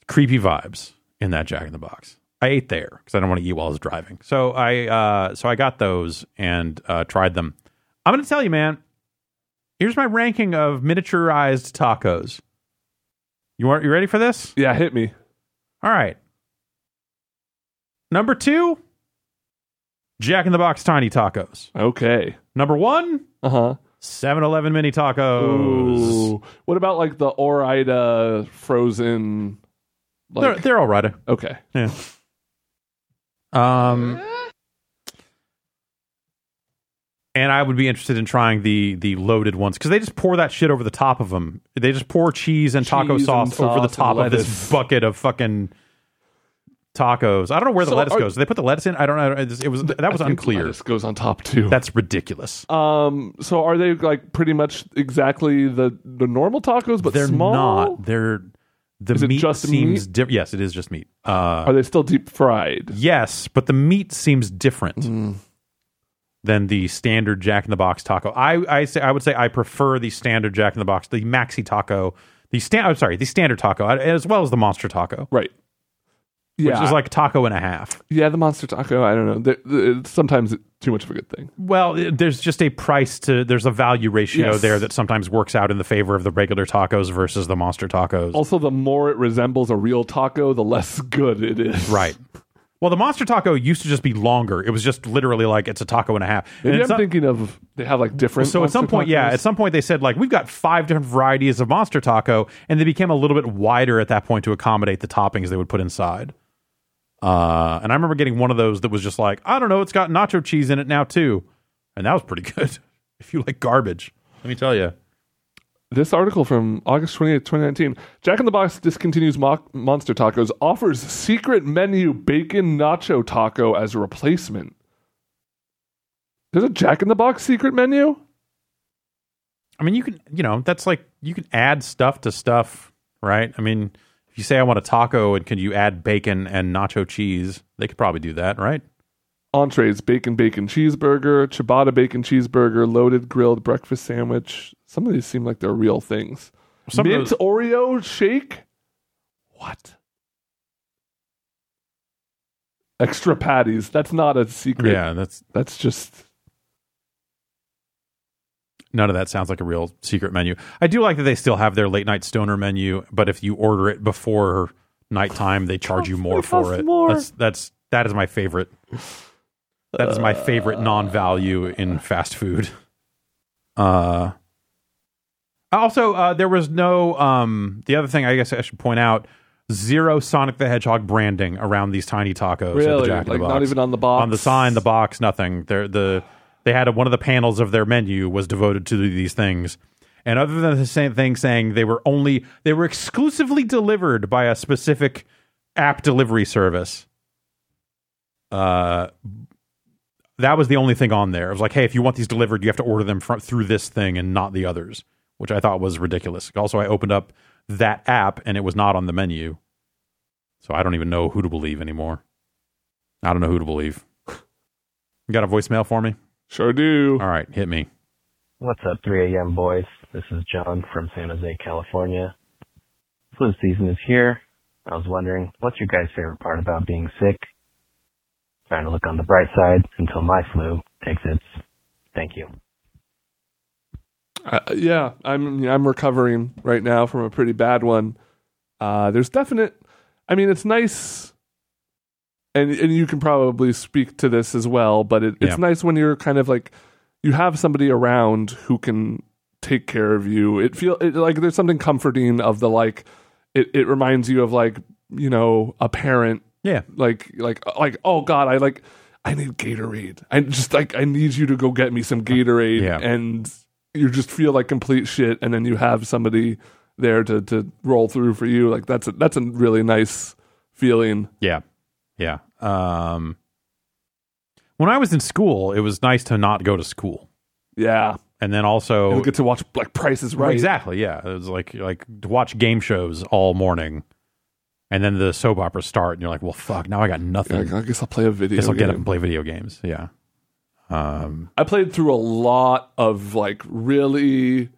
Speaker 1: creepy vibes in that Jack in the Box. I ate there because I don't want to eat while I was driving. So I uh, so I got those and uh, tried them. I'm going to tell you, man. Here's my ranking of miniaturized tacos. You are you ready for this?
Speaker 2: yeah hit me
Speaker 1: All right. Number two, Jack in the Box tiny tacos.
Speaker 2: okay
Speaker 1: Number one,
Speaker 2: uh-huh
Speaker 1: 7 Eleven mini tacos.
Speaker 2: Ooh. what about like the orida frozen
Speaker 1: They're,
Speaker 2: like
Speaker 1: they're all right.
Speaker 2: okay
Speaker 1: Yeah. Um, and I would be interested in trying the the loaded ones because they just pour that shit over the top of them. They just pour cheese and taco
Speaker 2: Cheese and
Speaker 1: sauce, over the
Speaker 2: sauce and
Speaker 1: top of
Speaker 2: lettuce.
Speaker 1: this bucket of fucking tacos. I don't know where the
Speaker 2: So
Speaker 1: lettuce
Speaker 2: are-
Speaker 1: goes. Did they put the lettuce in? I don't know. It was- It was that was
Speaker 2: I think
Speaker 1: unclear.
Speaker 2: lettuce goes on top too
Speaker 1: That's ridiculous.
Speaker 2: um so are they like pretty much exactly the the normal tacos but
Speaker 1: They're
Speaker 2: small
Speaker 1: not. They're the
Speaker 2: Is it
Speaker 1: meat
Speaker 2: just
Speaker 1: seems different. yes, it is just meat. Uh,
Speaker 2: Are they still deep fried?
Speaker 1: yes, but the meat seems different
Speaker 2: Hmm.
Speaker 1: than the standard Jack in the Box taco. I I say I would say I prefer the standard Jack in the Box, the maxi taco, the stand. I'm sorry, the standard taco, uh, as well as the monster taco,
Speaker 2: Right. Yeah.
Speaker 1: which is like a taco and a half.
Speaker 2: yeah, the monster taco. I don't know. They're, they're- it's sometimes too much of a good thing.
Speaker 1: Well, it- there's just a price to there's a value ratio
Speaker 2: Yes.
Speaker 1: there that sometimes works out in the favor of the regular tacos versus the monster tacos.
Speaker 2: Also, the more it resembles a real taco, the less good it is.
Speaker 1: Right. Well, the monster taco used to just be longer. It was just literally like it's a taco and a half. And
Speaker 2: Maybe
Speaker 1: at
Speaker 2: I'm
Speaker 1: some-
Speaker 2: thinking of they have like different.
Speaker 1: so at some
Speaker 2: monster
Speaker 1: point, yeah,
Speaker 2: tacos.
Speaker 1: at some point they said like we've got five different varieties of monster taco, and they became a little bit wider at that point to accommodate the toppings they would put inside. Uh, and I remember getting one of those that was just like I don't know, it's got nacho cheese in it now too, and that was pretty good. if you like garbage, let me tell you.
Speaker 2: this article from August 28th, 2019, Jack in the Box discontinues mock monster tacos, offers secret menu bacon nacho taco as a replacement. There's a Jack in the Box secret menu.
Speaker 1: I mean, you can, you know, that's like you can add stuff to stuff, right? I mean, if you say I want a taco and can you add bacon and nacho cheese, they could probably do that, right?
Speaker 2: entrees bacon bacon cheeseburger ciabatta bacon cheeseburger loaded grilled breakfast sandwich some of these seem like they're real things
Speaker 1: Some of
Speaker 2: mint
Speaker 1: those-
Speaker 2: oreo shake what extra patties that's not a secret
Speaker 1: Yeah, that's
Speaker 2: that's just
Speaker 1: none of that sounds like a real secret menu. I do like that they still have their late night stoner menu, but if you order it before nighttime, they charge you more
Speaker 2: It costs
Speaker 1: for it.
Speaker 2: more.
Speaker 1: That's that's that is my favorite. That is my favorite non-value in fast food. Uh also uh there was no um the other thing I guess I should point out zero Sonic the Hedgehog branding around these tiny tacos at the
Speaker 2: really
Speaker 1: Jack in
Speaker 2: like
Speaker 1: the Box
Speaker 2: not even on the box
Speaker 1: on the sign, the box, nothing. They're, the they had a, one of the panels of their menu was devoted to these things, and other than the same thing saying they were only they were exclusively delivered by a specific app delivery service. Uh, that was the only thing on there. It was like, hey, if you want these delivered, you have to order them from, through this thing and not the others, which I thought was ridiculous. Also, I opened up that app and it was not on the menu. So I don't even know who to believe anymore. I don't know who to believe. You got a voicemail for me?
Speaker 2: Sure do.
Speaker 1: All right, hit me.
Speaker 7: What's up, 3 a.m. boys? This is John from San Jose, California. Flu season is here. I was wondering, what's your guys' favorite part about being sick? Trying to look on the bright side until my flu takes its. Thank you.
Speaker 2: Uh, yeah, I'm I'm recovering right now from a pretty bad one. Uh, there's definite. I mean, it's nice, and and you can probably speak to this as well. But it, it's
Speaker 1: Yeah.
Speaker 2: nice when you're kind of like you have somebody around who can take care of you. It feel it, like there's something comforting of the like. It it reminds you of like you know a parent
Speaker 1: Yeah.
Speaker 2: like like like oh god i like i need gatorade i just like i need you to go get me some gatorade
Speaker 1: Yeah.
Speaker 2: and you just feel like complete shit and then you have somebody there to to roll through for you like that's a that's a really nice feeling
Speaker 1: Yeah. Yeah. Um, when I was in school, it was nice to not go to school.
Speaker 2: yeah
Speaker 1: And then also,
Speaker 2: you get to watch like prices right
Speaker 1: Exactly. Yeah, it was like like to watch game shows all morning, and then the soap operas start, and you're like, well, fuck, now I got
Speaker 2: Yeah,
Speaker 1: nothing.
Speaker 2: i guess i'll play a video
Speaker 1: Guess I'll get up
Speaker 2: game.
Speaker 1: and play video games. Yeah. Um.
Speaker 2: I played through a lot of like really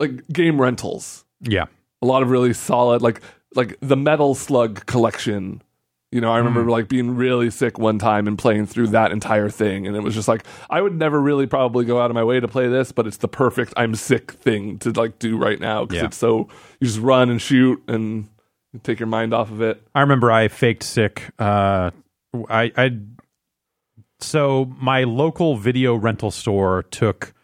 Speaker 2: like game rentals.
Speaker 1: Yeah.
Speaker 2: A lot of really solid like like the Metal Slug collection. You know, I remember like being really sick one time and playing through that entire thing and it was just like I would never really probably go out of my way to play this, but it's the perfect I'm sick thing to like do right now cuz
Speaker 1: Yeah.
Speaker 2: it's so you just run and shoot and take your mind off of it.
Speaker 1: I remember I faked sick. Uh, I I so my local video rental store took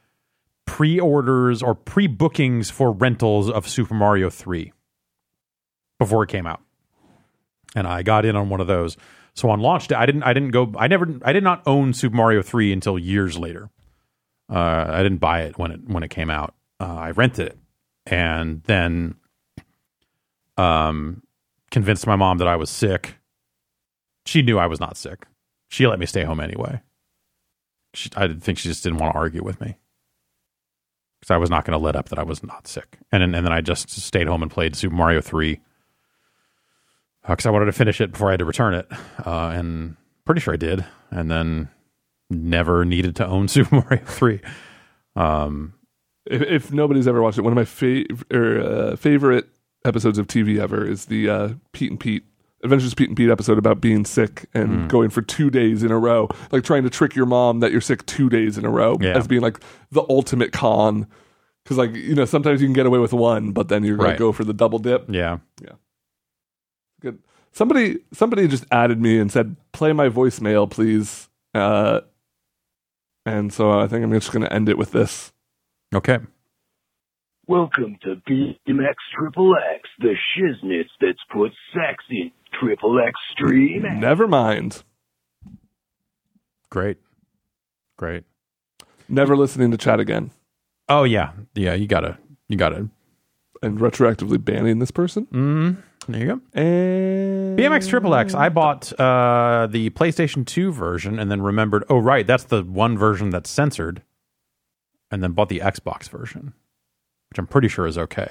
Speaker 1: pre-orders or pre-bookings for rentals of Super Mario 3 before it came out. And I got in on one of those. So on launch day, I didn't I didn't go I never I did not own Super Mario 3 until years later. Uh, I didn't buy it when it when it came out. Uh, I rented it and then um convinced my mom that I was sick. She knew I was not sick. She let me stay home anyway. She, I didn't think she just didn't want to argue with me because I was not going to let up that I was not sick. And then, and then I just stayed home and played Super Mario Three because I wanted to finish it before I had to return it, uh, and pretty sure I did. And then never needed to own Super Mario Three.
Speaker 2: if, if nobody's ever watched it, one of my fav- er, uh, favorite episodes of TV ever is the uh, Pete and Pete Adventures of Pete and Pete episode about being sick
Speaker 1: Mm.
Speaker 2: and going for two days in a row, like trying to trick your mom that you're sick two days in a row
Speaker 1: Yeah.
Speaker 2: as being like the ultimate con. Because like you know, sometimes you can get away with one, but then you're gonna
Speaker 1: Right.
Speaker 2: go for the double dip.
Speaker 1: Yeah,
Speaker 2: Good. Somebody somebody just added me and said, "Play my voicemail, please." Uh, and so I think I'm just gonna end it with this.
Speaker 1: okay.
Speaker 8: Welcome to BMX Triple X, the shiznits that's put sex in Triple X Stream.
Speaker 2: Never mind.
Speaker 1: Great, great.
Speaker 2: Never listening to chat again.
Speaker 1: Oh yeah, yeah. You gotta, you gotta.
Speaker 2: and retroactively banning this person.
Speaker 1: Mm, there you go.
Speaker 2: And
Speaker 1: BMX Triple X. I bought uh, the PlayStation 2 version and then remembered, oh, right, that's the one version that's censored. And then bought the Xbox version, which I'm pretty sure is okay.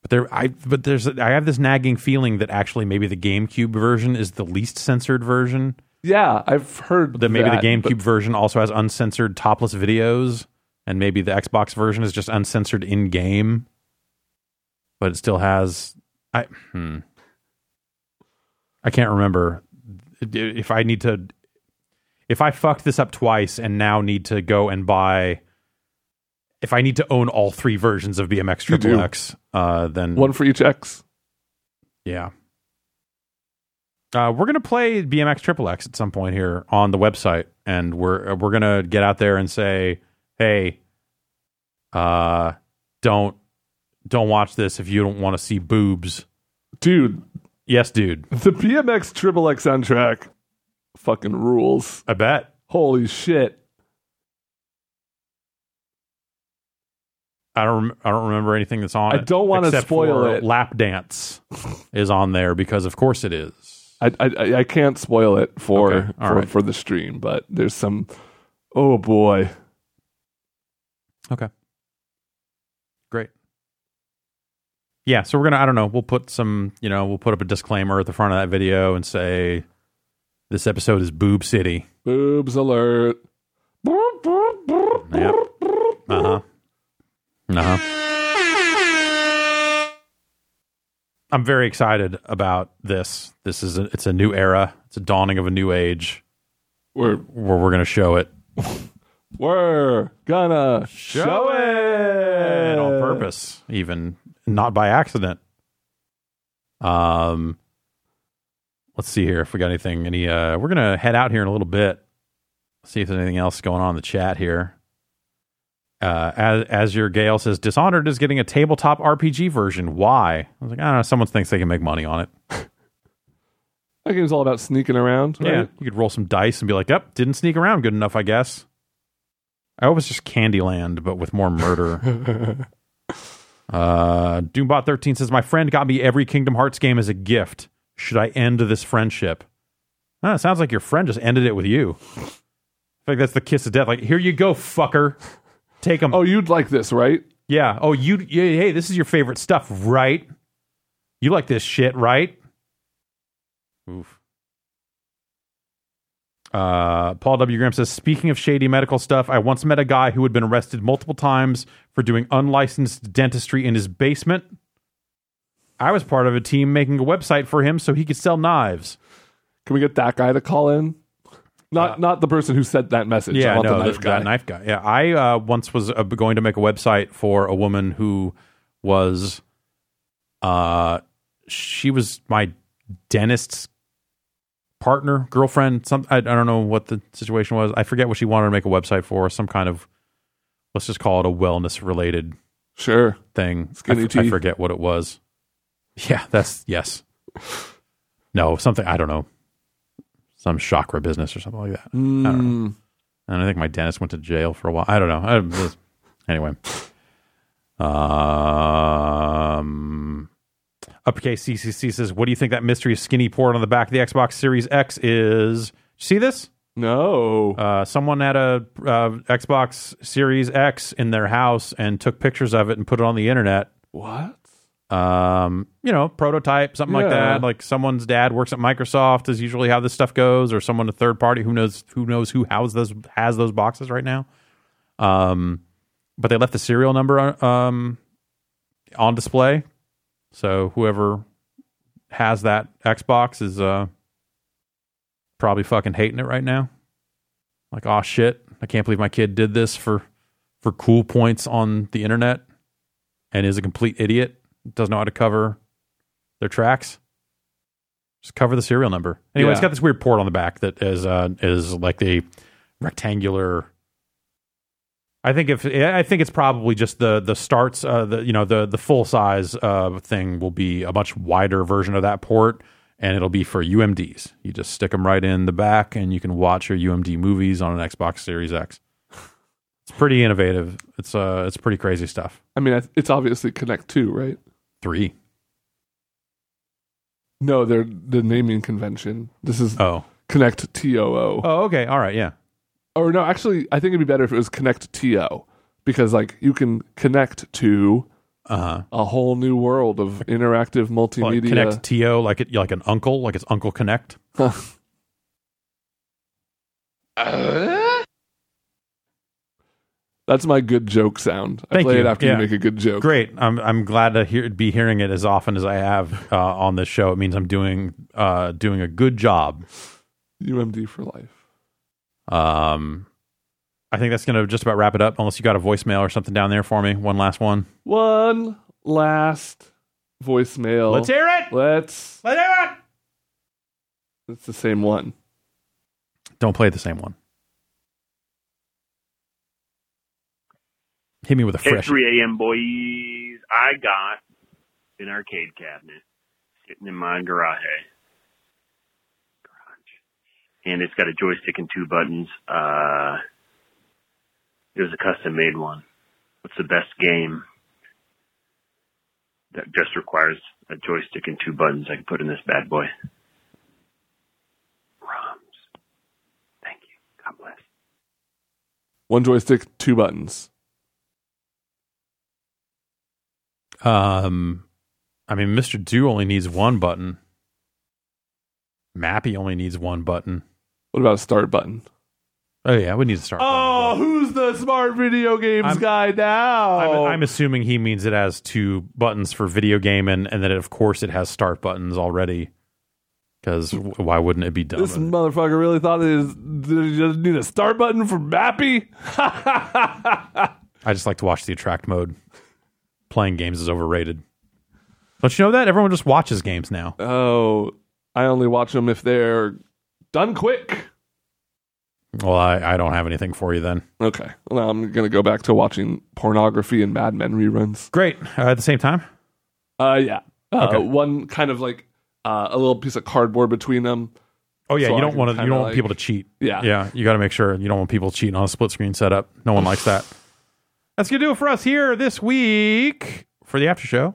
Speaker 1: But there, I but there's I have this nagging feeling that actually maybe the GameCube version is the least censored version.
Speaker 2: yeah, I've heard
Speaker 1: That maybe
Speaker 2: that,
Speaker 1: the GameCube
Speaker 2: but
Speaker 1: version also has uncensored topless videos, and maybe the Xbox version is just uncensored in game, but it still has. I hmm. I can't remember if I need to. If I fucked this up twice and now need to go and buy, if I need to own all three versions of BMX
Speaker 2: You do.
Speaker 1: Triple X, uh, then
Speaker 2: one for each X.
Speaker 1: yeah. Uh, we're gonna play BMX Triple X at some point here on the website, and we're uh, we're gonna get out there and say, hey, uh, don't don't watch this if you don't want to see boobs.
Speaker 2: Dude,
Speaker 1: Yes, dude.
Speaker 2: the BMX Triple X soundtrack fucking rules.
Speaker 1: I bet.
Speaker 2: Holy shit.
Speaker 1: I don't. Rem- I don't remember anything that's on.
Speaker 2: I
Speaker 1: it,
Speaker 2: don't wanna
Speaker 1: except
Speaker 2: spoil
Speaker 1: for
Speaker 2: it.
Speaker 1: Lap dance is on there because, of course, it is.
Speaker 2: I I, I can't spoil it for
Speaker 1: Okay, all
Speaker 2: for,
Speaker 1: right.
Speaker 2: for the stream, but there's some. Oh boy,
Speaker 1: Okay. Great. Yeah, so we're gonna I don't know, we'll put some you know, we'll put up a disclaimer at the front of that video and say this episode is boob city.
Speaker 2: boobs alert!
Speaker 1: Yep. Uh-huh. Uh-huh. I'm very excited about this. This is a, it's a new era. It's a dawning of a new age
Speaker 2: We're
Speaker 1: where we're going to show it
Speaker 2: we're gonna show it
Speaker 1: and on purpose, even not by accident. Um, let's see here if we got anything. Any? Uh, we're gonna head out here in a little bit. See if there's anything else going on in the chat here. Uh, as as your Gale says, Dishonored is getting a tabletop RPG version. Why? I was like, I don't know. Someone thinks they can make money on it.
Speaker 2: That game's all about sneaking around. Right?
Speaker 1: Yeah, you could roll some dice and be like, "Yep, didn't sneak around good enough, I guess." I hope it's just Candyland, but with more murder. uh, Doombot thirteen says, "My friend got me every Kingdom Hearts game as a gift. Should I end this friendship?" Huh, it sounds like your friend just ended it with you. In fact, that's the kiss of death. Like, here you go, fucker. Take them.
Speaker 2: Oh, you'd like this, right?
Speaker 1: Yeah. Oh, you. Yeah, hey, this is your favorite stuff, right? You like this shit, right? Oof. Uh, Paul W. Graham says, speaking of shady medical stuff, I once met a guy who had been arrested multiple times for doing unlicensed dentistry in his basement. I was part of a team making a website for him so he could sell knives.
Speaker 2: Can we get that guy to call in?
Speaker 1: Uh,
Speaker 2: Not not the person who sent that message. I want the
Speaker 1: that-
Speaker 2: knife
Speaker 1: that,
Speaker 2: guy.
Speaker 1: knife guy. Yeah, I uh, once was uh, going to make a website for a woman who was, uh, she was my dentist's partner, girlfriend. Some I, I don't know what the situation was. I forget what she wanted to make a website for. Some kind of let's just call it a wellness related
Speaker 2: Sure.
Speaker 1: thing.
Speaker 2: Skinny
Speaker 1: I f- I
Speaker 2: tea.
Speaker 1: forget what it was. Yeah, that's yes. No, something I don't know. Some chakra business or something like that. I don't know.
Speaker 2: Mm,
Speaker 1: And I think my dentist went to jail for a while. I don't know. I was- anyway. Um, uppercase CCC says, What do you think that mystery skinny port on the back of the Xbox Series X is? See this?
Speaker 2: no.
Speaker 1: Uh, someone had a uh, Xbox Series X in their house and took pictures of it and put it on the internet.
Speaker 2: what?
Speaker 1: Um, you know, prototype, something like
Speaker 2: Yeah.
Speaker 1: that. Like someone's dad works at Microsoft is usually how this stuff goes, or someone a third party who knows who knows who house those has those boxes right now. Um, but they left the serial number on, um, on display, so whoever has that Xbox is uh probably fucking hating it right now. Like, oh shit, I can't believe my kid did this for for cool points on the internet, and is a complete idiot. Doesn't know how to cover their tracks. Just cover the serial number. Anyway, it's
Speaker 2: Yeah.
Speaker 1: got this weird port on the back that is uh is like the rectangular. I think if I think it's probably just the the starts uh, the you know the the full size uh, thing will be a much wider version of that port and it'll be for UMDs. You just stick them right in the back and you can watch your UMD movies on an Xbox Series X. It's pretty innovative. It's uh it's pretty crazy stuff.
Speaker 2: I mean, I- it's obviously Connect Two, right?
Speaker 1: 3.
Speaker 2: No, they're the naming convention. This is
Speaker 1: Oh.
Speaker 2: Connect T O O.
Speaker 1: Oh, okay. All right, yeah.
Speaker 2: Or no, actually, I think it'd be better if it was Connect T O, because like you can connect to
Speaker 1: Uh-huh.
Speaker 2: a whole new world of
Speaker 1: Like
Speaker 2: interactive multimedia.
Speaker 1: connect TO like it like an uncle, like it's Uncle Connect.
Speaker 2: That's my good joke sound. I
Speaker 1: Thank
Speaker 2: play
Speaker 1: you.
Speaker 2: it after
Speaker 1: Yeah.
Speaker 2: you make a good joke.
Speaker 1: Great. I'm I'm glad to hear be hearing it as often as I have uh, on this show. It means I'm doing uh doing a good job.
Speaker 2: UMD for life.
Speaker 1: Um I think that's going to just about wrap it up unless you got a voicemail or something down there for me. One last one.
Speaker 2: One last voicemail.
Speaker 1: Let's hear it.
Speaker 2: Let's.
Speaker 1: Let's hear it.
Speaker 2: It's the same one.
Speaker 1: Don't play the same one. Hit me with a
Speaker 9: At
Speaker 1: fresh.
Speaker 9: 3 a.m., boys, I got an arcade cabinet sitting in my garage. Garage. And it's got a joystick and two buttons. Uh, it was a custom made one. What's the best game that just requires a joystick and two buttons I can put in this bad boy?
Speaker 2: One joystick, two buttons.
Speaker 1: Um, I mean, Mister Do only needs one button. Mappy only needs one button.
Speaker 2: What about a start button?
Speaker 1: Oh yeah, we need to start.
Speaker 2: Oh, who's the smart video games
Speaker 1: I'm-
Speaker 2: guy now?
Speaker 1: I'm, I'm assuming he means it has two buttons for video game, and and that of course it has start buttons already. Because why wouldn't it be done?
Speaker 2: this motherfucker really thought it is. Did he just need a start button for Mappy?
Speaker 1: I just like to watch the attract mode. Playing games is overrated. Don't you know that everyone just watches games now?
Speaker 2: oh, I only watch them if they're done quick.
Speaker 1: Well, I, I don't have anything for you then.
Speaker 2: Okay, well, now I'm gonna go back to watching pornography and Mad Men reruns.
Speaker 1: Great. Uh, at the same time,
Speaker 2: Uh, yeah. Uh,
Speaker 1: Okay.
Speaker 2: One kind of like uh, a little piece of cardboard between them.
Speaker 1: Oh yeah,
Speaker 2: So
Speaker 1: you
Speaker 2: I
Speaker 1: don't
Speaker 2: can
Speaker 1: want to.
Speaker 2: kinda
Speaker 1: You don't
Speaker 2: like-
Speaker 1: want people to cheat.
Speaker 2: Yeah.
Speaker 1: yeah. You got to make sure you don't want people cheating on a split screen setup. No one likes that. That's gonna do it for us here this week for the after show.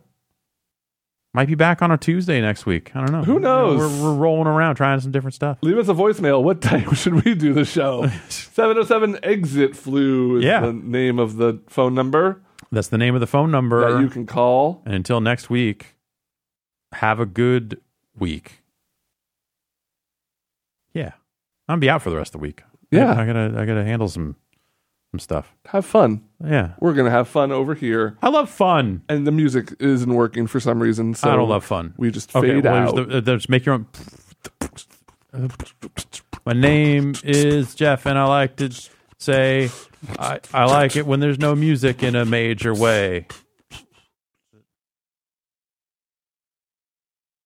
Speaker 1: Might be back on a Tuesday next week. I don't know.
Speaker 2: Who knows?
Speaker 1: We're, we're rolling around trying some different stuff.
Speaker 2: Leave us a voicemail. What time should we do the show? 707 Exit Flu is
Speaker 1: Yeah.
Speaker 2: the name of the phone number
Speaker 1: That's the name of the phone number.
Speaker 2: that you can call.
Speaker 1: and until next week, have a good week. Yeah, I'm gonna be out for the rest of the week.
Speaker 2: Yeah.
Speaker 1: I, I gotta I gotta handle some some stuff.
Speaker 2: Have fun.
Speaker 1: Yeah,
Speaker 2: We're going to have fun over here.
Speaker 1: I love fun.
Speaker 2: And the music isn't working for some reason. So
Speaker 1: I don't love fun.
Speaker 2: We just
Speaker 1: Okay,
Speaker 2: fade
Speaker 1: well,
Speaker 2: out.
Speaker 1: here's the- uh, there's make your own. My name is Jeff, and I like to say I, I like it when there's no music in a major way.